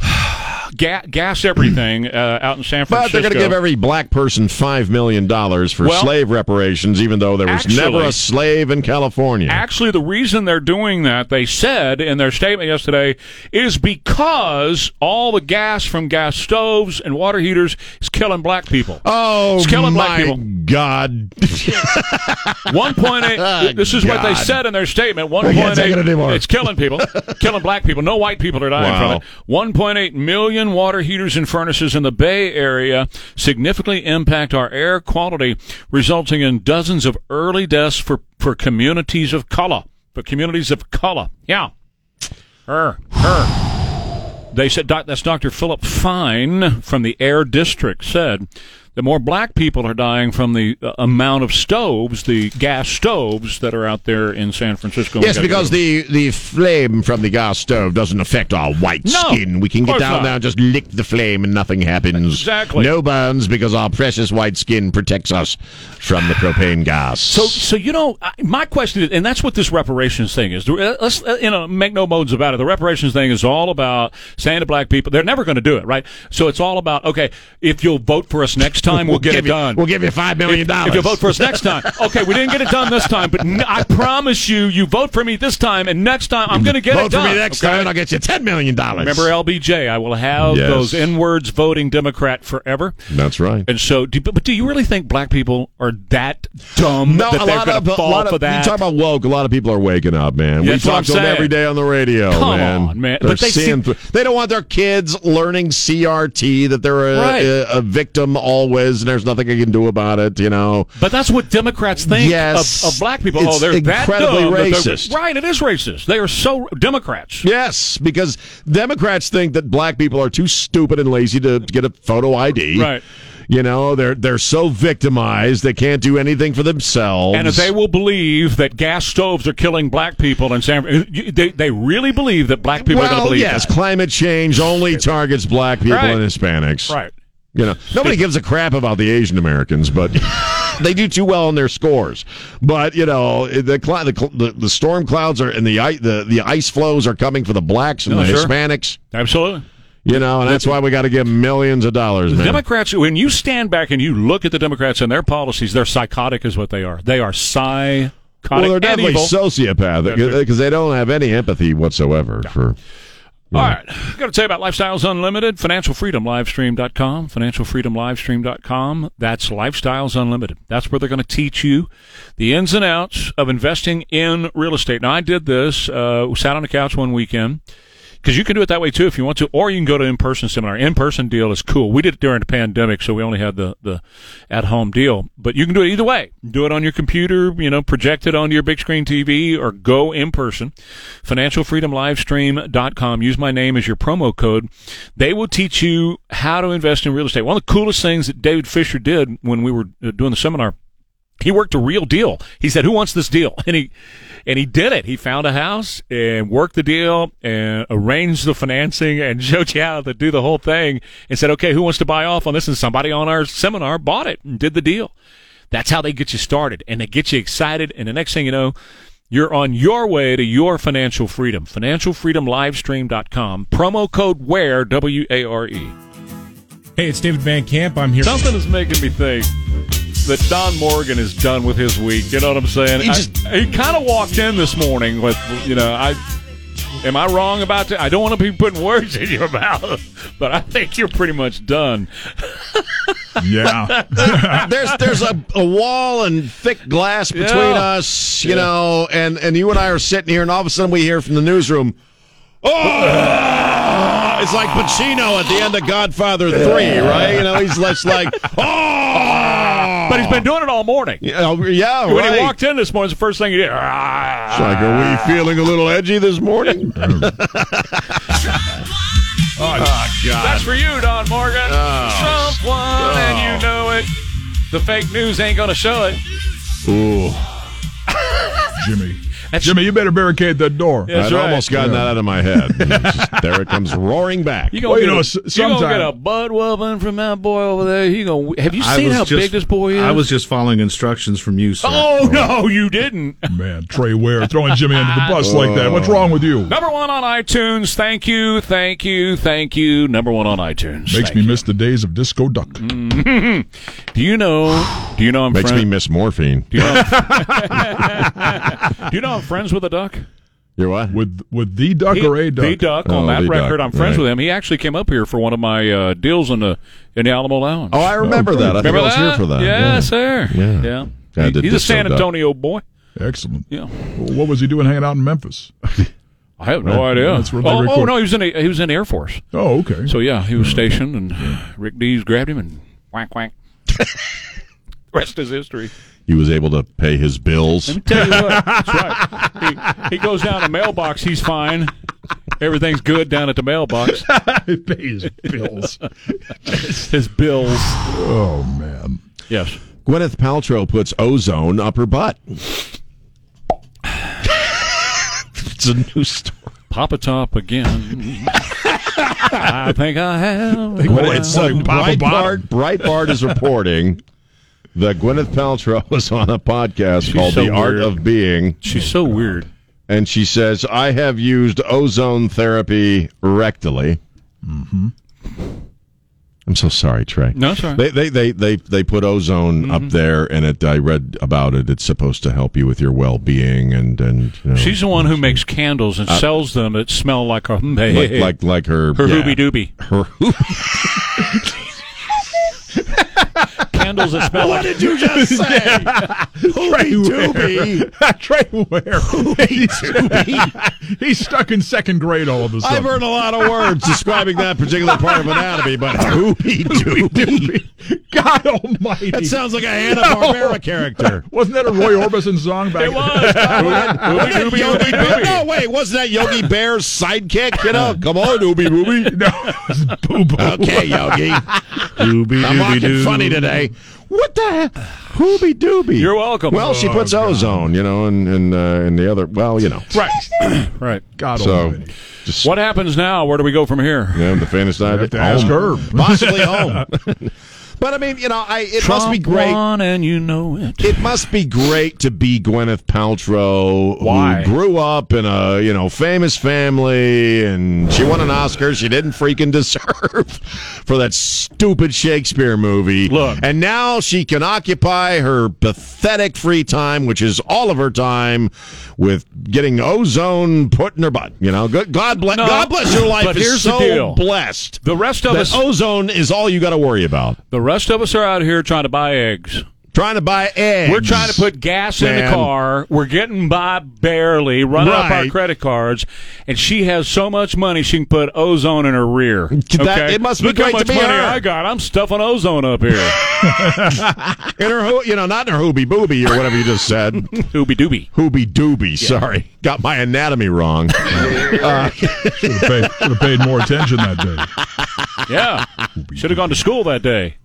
S2: *sighs* Ga- gas everything uh, out in San
S1: But
S2: Francisco.
S1: they're going to give every black person five million dollars for
S2: Well-
S1: slave reparations, even though there was never
S2: Actually-
S1: a slave in California.
S2: Actually, the reason they're doing that, they said in their statement yesterday, is because all the gas from gas stoves and water heaters is killing black people.
S1: Oh,
S2: it's killing
S1: my
S2: black people.
S1: God! *laughs*
S2: 1.8. This is what they
S1: God.
S2: said in their statement.
S1: can't take it
S2: 1.8.
S1: anymore.
S2: It's
S1: *laughs*
S2: killing people, killing black people. No white people are dying
S1: Wow.
S2: from it. 1.8 million water heaters and furnaces in the Bay Area significantly impact our air quality, resulting in dozens of early deaths for, for communities of color. For communities of color. Yeah. Her. Her. They said doc, that's Dr. Philip Fine from the Air District said that more black people are dying from the uh, amount of stoves, the gas stoves that are out there in San Francisco.
S1: Yes, because the, the flame from the gas stove doesn't affect our white
S2: No,
S1: skin. We can
S2: of
S1: get
S2: course
S1: down
S2: not.
S1: there and just lick the flame and nothing happens.
S2: Exactly.
S1: No burns because our precious white skin protects us from the propane gas.
S2: So, so you know, I- my question is, and that's what this reparations thing is. The- uh, Let's, uh, you know, make no bones about it. The reparations thing is all about saying to black people, they're never going to do it, right? So it's all about, okay, if you'll vote for us next time, we'll,
S1: We'll
S2: get it
S1: give you-
S2: done.
S1: we'll give you $5 million.
S2: If, if you'll vote for us
S1: *laughs*
S2: next time. Okay, we didn't get it done this time, but n- I promise you, you vote for me this time, and next time I'm going to get
S1: Vote
S2: it done.
S1: for me next
S2: okay?
S1: time and I'll get you $10 million.
S2: Remember LBJ, I will have
S1: Yes.
S2: those N words voting Democrat forever.
S1: That's right.
S2: And so, do, but do you really think black people are that dumb
S1: No,
S2: that
S1: a
S2: they're
S1: lot
S2: gonna
S1: of, a
S2: fall
S1: lot
S2: for
S1: of
S2: that?
S1: you talk about woke. A lot of people are waking up, man.
S2: That's
S1: we
S2: what
S1: talk
S2: I'm
S1: to them
S2: saying.
S1: every day on the radio,
S2: Come
S1: man.
S2: on, man.
S1: They're
S2: But they
S1: seeing
S2: see-
S1: th- they don't want their kids learning CRT that they're a,
S2: Right.
S1: a, a victim always, and there's nothing they can do about it. You know,
S2: But that's what Democrats think
S1: Yes.
S2: of, of black people. oh,
S1: It's
S2: they're
S1: incredibly
S2: that dumb that they're-
S1: racist.
S2: right, it is racist. They are so Democrats.
S1: Yes, because Democrats think that black people are too stupid and lazy to get a photo ID.
S2: Right.
S1: You know, they're they're so victimized they can't do anything for themselves.
S2: And if they will believe that gas stoves are killing black people in San Francisco, they, they really believe that black people are going to
S1: well,
S2: believe
S1: yes,
S2: that.
S1: climate change only targets black people
S2: Right.
S1: and Hispanics.
S2: Right.
S1: You know, nobody gives a crap about the Asian Americans, but *laughs* they do too well on their scores. But you know, the cl- the, cl- the the storm clouds are and the i- the the ice flows are coming for the blacks and
S2: No,
S1: the
S2: Oh, sure.
S1: Hispanics.
S2: Absolutely.
S1: You know, and that's why we got to give millions of dollars, man.
S2: Democrats, when you stand back and you look at the Democrats and their policies, they're psychotic, is what they are. They are psychotic.
S1: well, they're
S2: and
S1: definitely
S2: evil.
S1: sociopathic because they don't have any empathy whatsoever for.
S2: All right. I've got to tell you about Lifestyles Unlimited, Financial Freedom Livestream.com, financialfreedomlivestream.com. That's Lifestyles Unlimited. That's where they're going to teach you the ins and outs of investing in real estate. Now, I did this, uh, sat on the couch one weekend. Because you can do it that way too if you want to, or you can go to in-person seminar. In-person deal is cool. We did it during the pandemic, so we only had the, the at-home deal. But you can do it either way. Do it on your computer, you know, project it onto your big screen TV, or go in person. FinancialFreedomLivestream.com. Use my name as your promo code. They will teach you how to invest in real estate. One of the coolest things that David Fisher did when we were uh, doing the seminar he worked a real deal. He said, "Who wants this deal?" *laughs* And he and he did it. He found a house and worked the deal and arranged the financing and *laughs* showed you how to do the whole thing and said, "Okay, who wants to buy off on this?" And somebody on our seminar bought it and did the deal. That's how they get you started and they get you excited. And the next thing you know, you're on your way to your financial freedom. FinancialFreedomLivestream.com. Promo code WARE W A R E.
S13: Hey, it's David Van Camp. I'm here.
S2: Something is making me think that Don Morgan is done with his week. You know what I'm saying?
S13: He
S2: I-
S13: just-
S2: he kind of walked in this morning with, you know, I. Am I wrong about that? I don't want to be putting words in your *laughs* mouth, but I think you're pretty much done. *laughs*
S3: Yeah.
S1: there's there's a, a wall and thick glass between
S2: Yeah.
S1: us, you know, and and you and I are sitting here, and all of a sudden we hear from the newsroom. Oh, it's like Pacino at the end of Godfather Three, right? You know, he's just like, oh,
S2: but he's been doing it all morning.
S1: Yeah, oh, yeah
S2: When
S1: right.
S2: he walked in this morning, it's the first thing he did. "Ah."
S1: It's like, are we feeling a little edgy this
S2: *laughs*
S1: morning?
S2: Oh,
S1: God.
S2: That's for you, Don Morgan.
S1: Oh.
S2: Trump won, and you know it. The fake news ain't going to show it.
S1: Ooh.
S3: Jimmy. Jimmy, you better barricade that door.
S1: I'd almost gotten that out of my
S2: *laughs*
S1: head. Just- there it comes roaring back.
S2: You gonna, get, a, you gonna get a butt whooping from that boy over there. You gonna have you
S5: I
S2: seen
S5: was
S2: how
S5: just-
S2: big this boy is?
S5: I was just following instructions from you, sir.
S2: Oh *laughs* no, you didn't.
S3: Man, Trey Ware throwing Jimmy under the bus like that.
S2: Oh.
S3: What's wrong with you?
S2: Number one on iTunes. Thank you, thank you, thank you. Number one on iTunes.
S3: Makes
S2: Thank Mm.
S3: me miss the days of Disco Duck.
S2: you. do you know? Do you know? I'm
S1: Makes
S2: friend-
S1: me miss morphine.
S2: Do you, know I'm- Do you know I'm friends with a duck?
S1: You're what?
S3: With with the duck
S2: He-
S3: or a duck?
S2: The duck
S1: Oh,
S2: on that
S1: the
S2: record.
S1: duck,
S2: I'm friends
S1: right.
S2: with him. He actually came up here for one of my uh, deals in the in the Alamo Lounge.
S1: Oh, I remember that. I think
S2: Remember
S1: I was here for that.
S2: Yeah,
S1: Yeah.
S2: sir.
S1: Yeah.
S2: yeah.
S1: Yeah, I did
S2: He's a
S1: this
S2: San
S1: show, Doc.
S2: Antonio boy.
S3: Excellent.
S2: Yeah.
S3: Well, what was he doing hanging out in Memphis?
S2: I have no
S3: Right.
S2: idea.
S3: That's where they
S2: oh, oh
S3: record.
S2: no, he was in the he was in the Air Force.
S3: Oh, okay.
S2: So yeah, he was stationed, and Rick Dees grabbed him and
S1: *laughs*
S2: whack whack. Rest is history.
S1: He was able to pay his bills.
S2: Let me tell you what. That's right. He, he goes down to mailbox. He's fine. Everything's good down at the mailbox.
S3: his bills.
S2: his bills.
S3: *laughs* Oh
S2: *laughs*
S3: man.
S2: Yes.
S1: *laughs* Gwyneth Paltrow puts ozone up her butt. *laughs* it's a new story.
S2: Papa Top again. I think I have.
S1: Well, it's uh,
S3: Papa
S1: Breitbart, Breitbart is reporting that Gwyneth Paltrow *laughs* was on a podcast called
S2: so
S1: The Art
S2: weird.
S1: of Being,
S2: She's so weird.
S1: and she says, I have used ozone therapy rectally. I'm so sorry, Trey.
S2: No, Mm-hmm. sorry.
S1: They they they they, they put ozone up there, and it, I read about it. It's supposed to help you with your well being, and and you know,
S2: She's the one who makes candles and sells them that smell like a
S1: Uh,
S2: *laughs*
S1: like like like her
S2: her
S1: yeah.
S2: hoobie doobie
S1: Her
S2: candles that smell like
S1: did you *laughs* just say?
S3: Trey
S1: Doobie.
S3: Ware. Trey *laughs* Ware. He's, he's stuck in second grade all of a
S1: I've
S3: sudden.
S1: heard a lot of words describing that particular part of anatomy, *laughs* but hoopy doopy.
S3: *laughs* God Almighty!
S1: That sounds like a Hanna *laughs* Barbera character.
S3: Wasn't that a Roy Orbison song back?
S2: it was. Hoobie doobie
S1: Yogi
S2: hoobie
S1: Bear-
S2: doobie.
S1: No, wait, wasn't that Yogi Bear's sidekick? You know, come on, Doobie Booby.
S3: No, it was Boo Boo.
S1: Okay, Yogi. I'm walking funny today. What the heck? Hoobie Doobie.
S2: You're welcome.
S1: Well, she puts ozone, you know, and and uh, and the other. Well, you know.
S2: Right. right.
S3: God
S1: So,
S3: Almighty!
S1: just
S2: What happens now? Where do we go from here?
S1: yeah, the fantasy.
S3: I have to ask her.
S1: Possibly home. *laughs* but I mean, you know, I it must be
S2: Trump
S1: great.
S2: won and you know it.
S1: It must be great to be Gwyneth Paltrow,
S2: Why?
S1: who grew up in a you know famous family, and she won an Oscar she didn't freaking deserve *laughs* for that stupid Shakespeare movie.
S2: Look.
S1: and now she can occupy her pathetic free time, which is all of her time, with getting ozone put in her butt. You know, good God bless,
S2: No.
S1: God bless your life
S2: But
S1: is
S2: here's the
S1: so
S2: deal.
S1: blessed.
S2: The rest of
S1: That
S2: us,
S1: ozone is all you got to worry about.
S2: the rest of us are out here trying to buy eggs.
S1: Trying to buy eggs.
S2: We're trying to put gas in the
S1: man.
S2: car. We're getting by barely, running up our
S1: Right.
S2: credit cards, and she has so much money she can put ozone in her rear.
S1: That-
S2: Okay?
S1: it must be
S2: Look
S1: great
S2: how
S1: to
S2: much
S1: be
S2: money
S1: her.
S2: I got. I'm stuffing ozone up here.
S1: *laughs* In her, hoo- you know, not in her hoobie booby or whatever you just
S2: *laughs*
S1: said.
S2: Doobie doobie.
S1: hoobie doobie, sorry. Got my anatomy wrong.
S3: Should have paid, should have paid more attention
S2: *laughs*
S3: that day.
S2: Yeah, should have gone to school that day.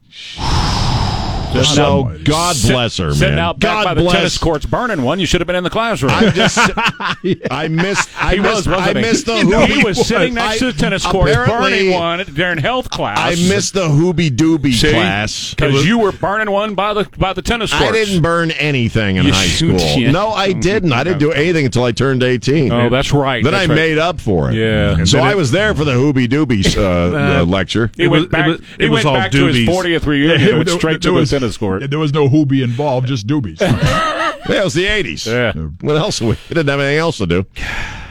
S1: so,
S3: Almighty.
S1: God bless her,
S2: Sitting
S1: man.
S2: out
S1: God
S2: back by the
S1: bless.
S2: tennis courts burning one. You should have been in the classroom.
S1: I *laughs*
S2: *laughs*
S1: just, I missed, I
S2: he
S1: missed,
S2: was, wasn't
S1: I
S2: he?
S1: missed the
S2: he,
S1: hoobie.
S2: was sitting
S1: I-
S2: next to the tennis court, burning
S1: apparently,
S2: one during health class.
S1: I missed the hoobie doobie
S2: See?
S1: class.
S2: because you were burning one by the by the tennis courts.
S1: I didn't burn anything in
S2: You
S1: high
S2: shoot
S1: school.
S2: shit.
S1: No, I didn't. I didn't do anything until I turned 18.
S2: Oh, that's right.
S1: Then
S2: That's
S1: I
S2: right.
S1: made up for it.
S2: Yeah.
S1: So I was there for the hoobie doobie
S2: *laughs*
S1: uh, uh, lecture.
S2: He
S5: It
S2: went
S5: was- it
S2: back,
S5: was-
S2: he
S5: it was
S2: went
S5: all
S2: back to his
S5: doobies.
S2: 40th
S3: *laughs*
S2: reunion.
S3: There-
S2: and went
S3: there-
S2: straight to
S3: there was-
S2: the tennis court.
S3: There was no hoobie involved, just
S2: *laughs*
S3: doobies.
S1: Yeah, it was the 80s.
S2: Yeah.
S1: What else? We we didn't have anything else to do.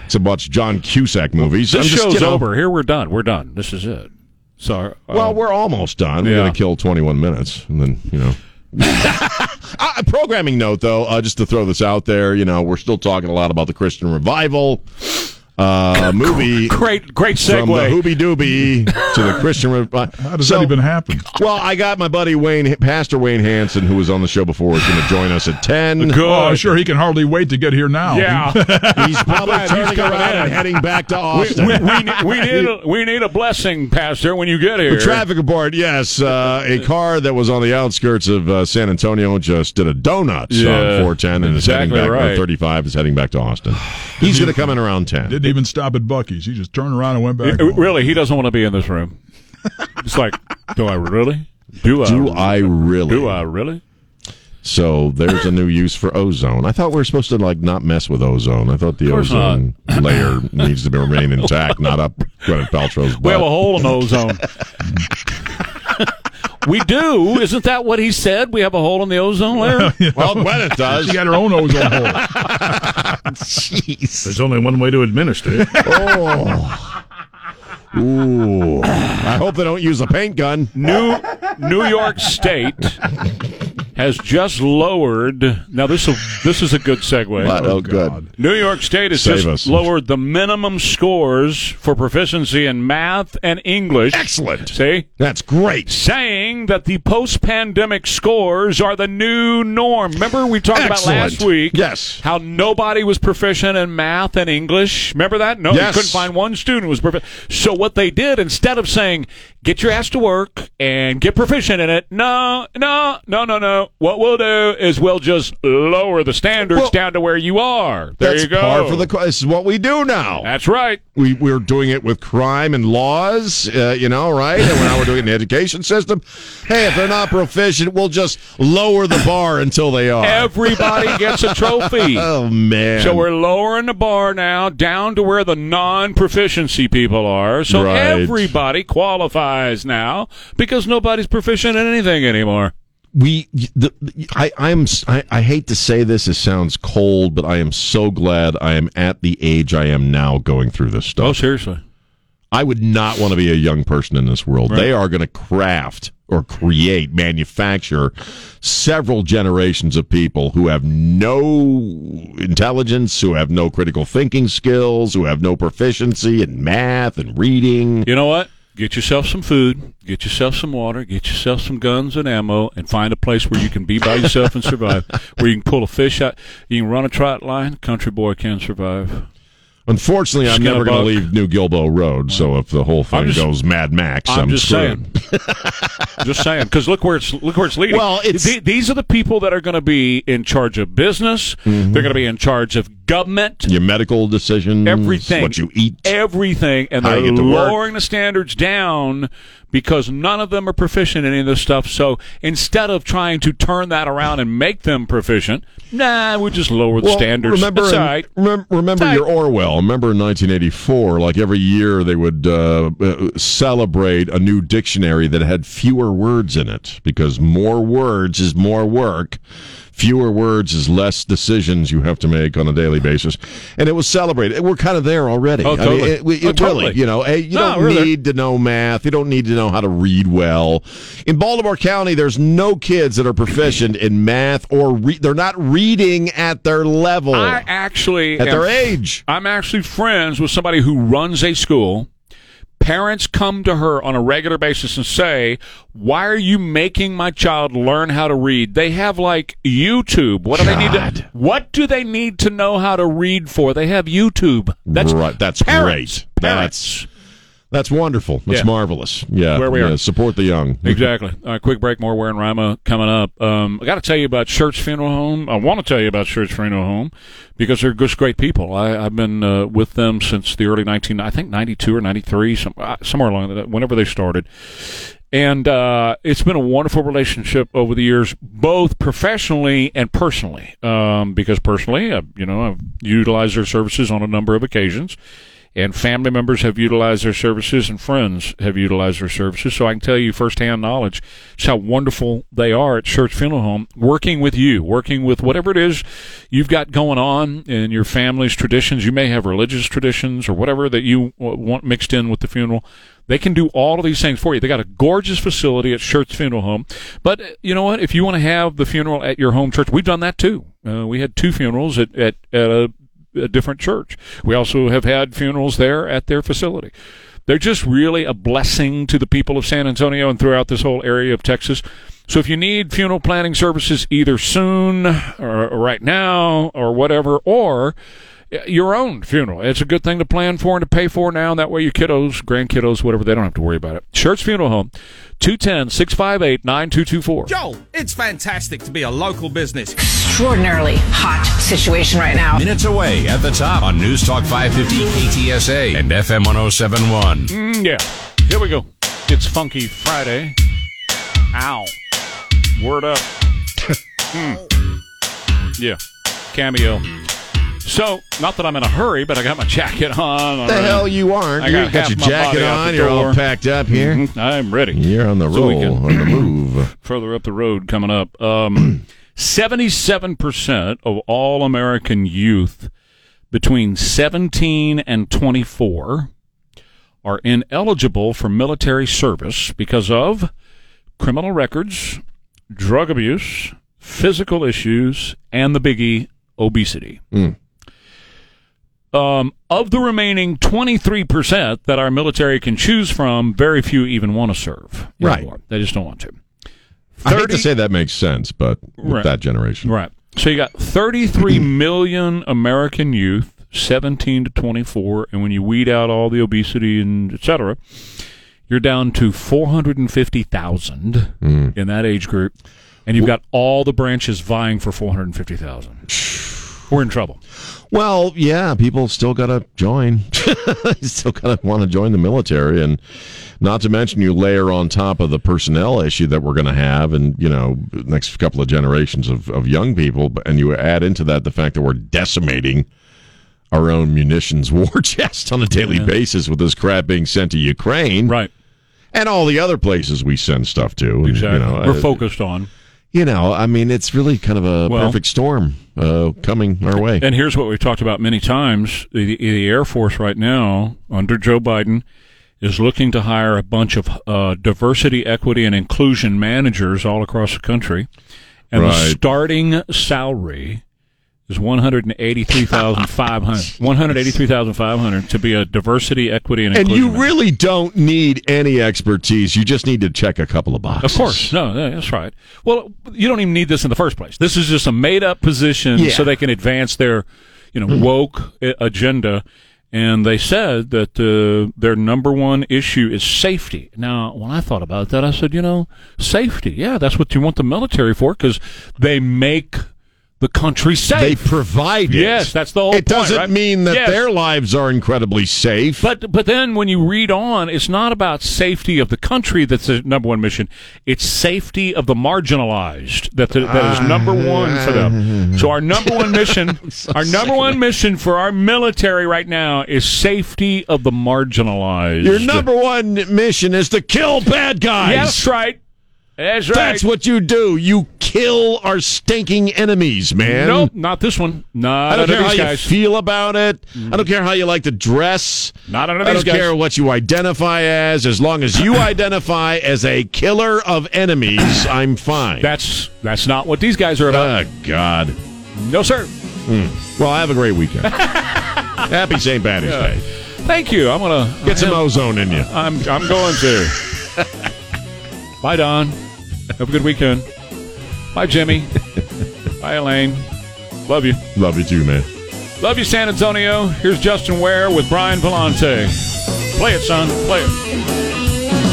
S1: It's a bunch of John Cusack movies.
S2: This
S1: I'm just,
S2: show's
S1: you know,
S2: over. Here we're done. We're done. This is it. Sorry.
S1: Well, we're almost done. We're
S2: Yeah.
S1: going to kill 21 minutes, and then you
S2: *laughs*
S1: know. uh, a programming note, though, uh, just to throw this out there, you know, we're still talking a lot about the Christian revival. uh, movie.
S2: Great, great
S1: From the
S2: segue.
S1: Hoobie Doobie to the Christian. Re- How
S3: does that
S2: *laughs*
S3: even happen?
S1: Well, I got my buddy Wayne, Pastor Wayne Hansen, who was on the show before, is going to join us at ten.
S3: Oh, I'm sure he can hardly wait to get here now.
S1: Yeah.
S2: *laughs*
S1: he's probably
S2: He's
S1: turning
S2: coming
S1: around
S2: in.
S1: and heading back to
S2: We,
S1: Austin.
S2: we, we, ne- we need a, we need a blessing, Pastor, when you get here.
S1: The traffic report, yes. Uh, a car that was on the outskirts of uh, San Antonio just did a donut on
S3: Yeah,
S1: 410 and is heading
S3: exactly
S1: back.
S3: right.
S1: No, 35 is heading back to
S2: *sighs*
S1: Austin. He's going to come in around 10.
S3: Didn't even stop at Bucky's. He just turned around and went back.
S2: It- really, he doesn't want to be in this room. It's like, do I really? Do I?
S1: Do I really?
S2: Do I really?
S1: So there's a new use for ozone. I thought we were supposed to like not mess with ozone. I thought the
S2: Of course
S1: ozone layer needs to be remain intact, not up Gwyneth Paltrow's butt.
S2: We have a hole in
S1: *laughs*
S2: the ozone. we do. Isn't that what he said? We have a hole in the ozone
S1: *laughs*
S2: layer?
S1: well, Gwyneth does. *laughs*
S3: She got her
S2: *laughs*
S3: own ozone hole.
S1: Jeez.
S14: There's only one way to administer it.
S1: oh. Ooh. I hope they don't use a paint gun.
S2: New New York State has just lowered. Now this will, this is a good segue.
S1: What? Oh, good.
S2: New York State has
S1: Save
S2: just
S1: us.
S2: lowered the minimum scores for proficiency in math and English.
S1: Excellent.
S2: See?
S1: That's great.
S2: Saying that the post pandemic scores are the new norm. Remember, we talked about last
S1: Excellent.
S2: week
S1: Yes.
S2: how nobody was proficient in math and English. Remember that? No,
S1: Yes.
S2: you couldn't find one student who was proficient. So, what they did, instead of saying, get your ass to work and get proficient in it, no, no, no, no, no. What we'll do is we'll just lower the standards down to where you are. There
S1: That's
S2: you go.
S1: par for the course. This is what we do now.
S2: That's right.
S1: We, we're doing it with crime and laws, uh, you know, right? And now we're doing it in the education system. Hey, if they're not proficient, we'll just lower the bar until they are.
S2: Everybody gets
S1: *laughs*
S2: a trophy.
S1: oh, man.
S2: So we're lowering the bar now down to where the non proficiency people are. So
S1: Right.
S2: everybody qualifies now because nobody's proficient in anything anymore.
S1: we the, the- I I'm s- I, I hate to say this it sounds cold but I am so glad I am at the age I am now going through this stuff.
S2: Oh, seriously.
S1: I would not want to be a young person in this world. They are going to craft or create, manufacture several generations of people who have no intelligence, who have no critical thinking skills, who have no proficiency in math and reading.
S2: You know what? Get yourself some food, get yourself some water, get yourself some guns and ammo, and find a place where you can be by yourself and survive. *laughs* Where you can pull a fish out, you can run a trot line. Country boy can survive.
S1: Unfortunately, I'm
S2: Skin a
S1: never going to
S2: buck.
S1: leave New Gilbo Road, so if the whole thing
S2: I'm just-
S1: goes Mad Max, I'm,
S2: I'm just
S1: screwed.
S2: saying. Just saying, *laughs* because look where it's look where it's leading.
S1: Well, it's-
S2: The- these are the people that are going to be in charge of business. They're going to be in charge of government.
S1: your medical decisions,
S2: Everything.
S1: Mm-hmm. what you eat.
S2: Everything, and
S1: How
S2: they're
S1: you get to work.
S2: lowering the standards down because none of them are proficient in any of this stuff. So instead of trying to turn that around and make them proficient, nah, we just lower the
S1: Well,
S2: standards.
S1: Remember,
S2: That's
S1: in-
S2: all right.
S1: remem- remember
S2: It's
S1: your
S2: all
S1: Orwell. Remember in 1984, like every year they would uh, uh, celebrate a new dictionary that had fewer words in it because more words is more work. Fewer words is less decisions you have to make on a daily basis, and it was celebrated. We're kind of there already.
S2: Oh,
S1: I mean,
S2: totally.
S1: it- we-
S2: Oh,
S1: it really,
S2: totally.
S1: you know, hey, you
S2: No,
S1: don't
S2: we're there.
S1: need to know math. You don't need to know how to read well. In Baltimore County, there's no kids that are proficient in math or re- they're not reading at their level.
S2: I actually
S1: At
S2: am-
S1: their age.
S2: I'm actually friends with somebody who runs a school. Parents come to her on a regular basis and say, "Why are you making my child learn how to read? They have like YouTube. What do they need to? What do they need to know how to read for? They have YouTube. That's
S1: right. That's
S2: parents.
S1: great.
S2: Parents.
S1: That's that's wonderful. That's
S2: Yeah.
S1: marvelous. Yeah,
S2: Where we
S1: yeah,
S2: are.
S1: Support the young.
S2: Exactly. All right, quick break. More Where and Rima coming up. Um, I got to tell you about Church Funeral Home. I want to tell you about Church Funeral Home because they're just great people. I, I've been uh, with them since the early 19, I think 92 or 93, some, uh, somewhere along that, whenever they started. And uh, it's been a wonderful relationship over the years, both professionally and personally. Um, because personally, I, you know, I've utilized their services on a number of occasions and family members have utilized their services and friends have utilized their services so i can tell you firsthand knowledge just how wonderful they are at church funeral home working with you working with whatever it is you've got going on in your family's traditions you may have religious traditions or whatever that you w- want mixed in with the funeral they can do all of these things for you. They got a gorgeous facility at Church Funeral Home. But uh, you know what? If you want to have the funeral at your home church, we've done that too. Uh, we had two funerals at at, at a a different church. We also have had funerals there at their facility. They're just really a blessing to the people of San Antonio and throughout this whole area of Texas. So if you need funeral planning services either soon or right now or whatever, or your own funeral. It's a good thing to plan for and to pay for now. And that way, your kiddos, grandkiddos, whatever, they don't have to worry about it. Church Funeral Home, 210 658 9224.
S4: Joel, it's fantastic to be a local business.
S15: Extraordinarily hot situation right now.
S8: Minutes away at the top on News Talk 550 KTSA and FM 1071.
S2: Mm, yeah. Here we go. It's Funky Friday. Ow. Word
S1: *laughs*
S2: up. Mm. Yeah. Cameo. So, not that I'm in a hurry, but I got my jacket on.
S1: The hell you aren't.
S2: I
S1: You got
S2: got, half
S1: your
S2: my
S1: jacket
S2: body out
S1: on,
S2: the
S1: you're all
S2: door.
S1: packed up here.
S2: Mhm. I'm ready.
S1: You're on the
S2: So we
S1: roll,
S2: can-
S1: on the move.
S2: further up the road coming up. Um, *clears throat* 77% of all American youth between 17 and 24 are ineligible for military service because of criminal records, drug abuse, physical issues, and the biggie, obesity. Um, of the remaining 23% that our military can choose from, very few even want to serve.
S1: Right.
S2: anymore. They just don't want to.
S1: I hate to say that makes sense, but with
S2: Right.
S1: that generation.
S2: Right. So you
S1: *clears throat*
S2: got 33 million American youth, 17 to 24, and when you weed out all the obesity and et cetera, you're down to 450,000
S1: Mm.
S2: in that age group, and you've got all the branches vying for 450,000. We're in trouble.
S1: Well, yeah, people still got to join. *laughs* still got to want to join the military. And not to mention, you layer on top of the personnel issue that we're going to have and, you know, next couple of generations of, of young people. but- And you add into that the fact that we're decimating our own munitions *laughs* war chest on a daily basis with this crap being sent to Ukraine.
S2: Right.
S1: And all the other places we send stuff to. and,
S2: Exactly.
S1: You know,
S2: We're
S1: uh,
S2: focused on.
S1: you know, I mean, it's really kind of a
S2: Well-
S1: perfect storm uh, coming our way.
S2: And here's what we've talked about many times: the, the Air Force right now, under Joe Biden, is looking to hire a bunch of uh, diversity, equity, and inclusion managers all across the country, and the
S1: Right.
S2: starting salary is one hundred and eighty-three thousand five hundred. One hundred eighty-three thousand five hundred to be a diversity, equity, and
S1: And
S2: inclusion.
S1: you really don't need any expertise. You just need to check a couple of boxes.
S2: Of course, no, no, that's right. Well, you don't even need this in the first place. This is just a made-up position
S1: Yeah. Mm-hmm.
S2: so they can advance their, you know, woke uh, agenda. And they said that uh, their number one issue is safety. Now, when I thought about that, I said, you know, safety. Yeah, that's what you want the military for because they make the country safe.
S1: They provide it.
S2: Yes, that's the whole
S1: It
S2: point,
S1: doesn't
S2: right?
S1: mean that
S2: Yes.
S1: their lives are incredibly safe.
S2: But but then when you read on, it's not about safety of the country that's the number one mission. It's safety of the marginalized that the, that
S1: Ah.
S2: is number one for them. So our number one
S1: *laughs*
S2: mission, our number one mission for our military right now is safety of the marginalized.
S1: Your number one mission is to kill bad guys.
S2: Yeah, that's right. That's right.
S1: That's what you do. You kill our stinking enemies, man.
S2: Nope, not this one. Not
S1: I don't
S2: under
S1: care how
S2: these
S1: you
S2: guys. Mm.
S1: feel about it. I don't care how you like to dress.
S2: Not under
S1: I
S2: these
S1: don't
S2: guys.
S1: care what you identify as. As long as
S2: *coughs*
S1: you identify as a killer of enemies, I'm fine.
S2: That's that's not what these guys are about.
S1: Oh, God.
S2: No sir.
S1: Mm. Well, have a great weekend. Happy St. Patrick's Day.
S2: Thank you. I'm gonna
S1: Get some
S2: I'm-
S1: ozone in you.
S2: I'm I'm going to. Bye, Don. Have a good weekend. Bye, Jimmy. Bye, Elaine. Love you.
S1: Love you too, man.
S2: Love you, San Antonio. Here's Justin Ware with Brian Vellante. Play it, son. Play it.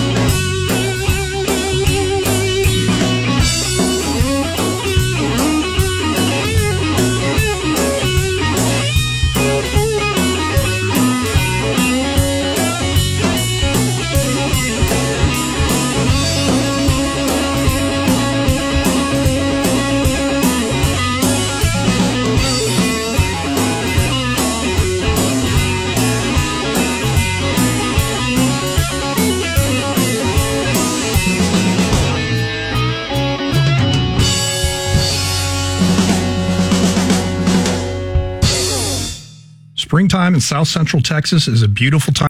S16: Springtime in South Central Texas is a beautiful time.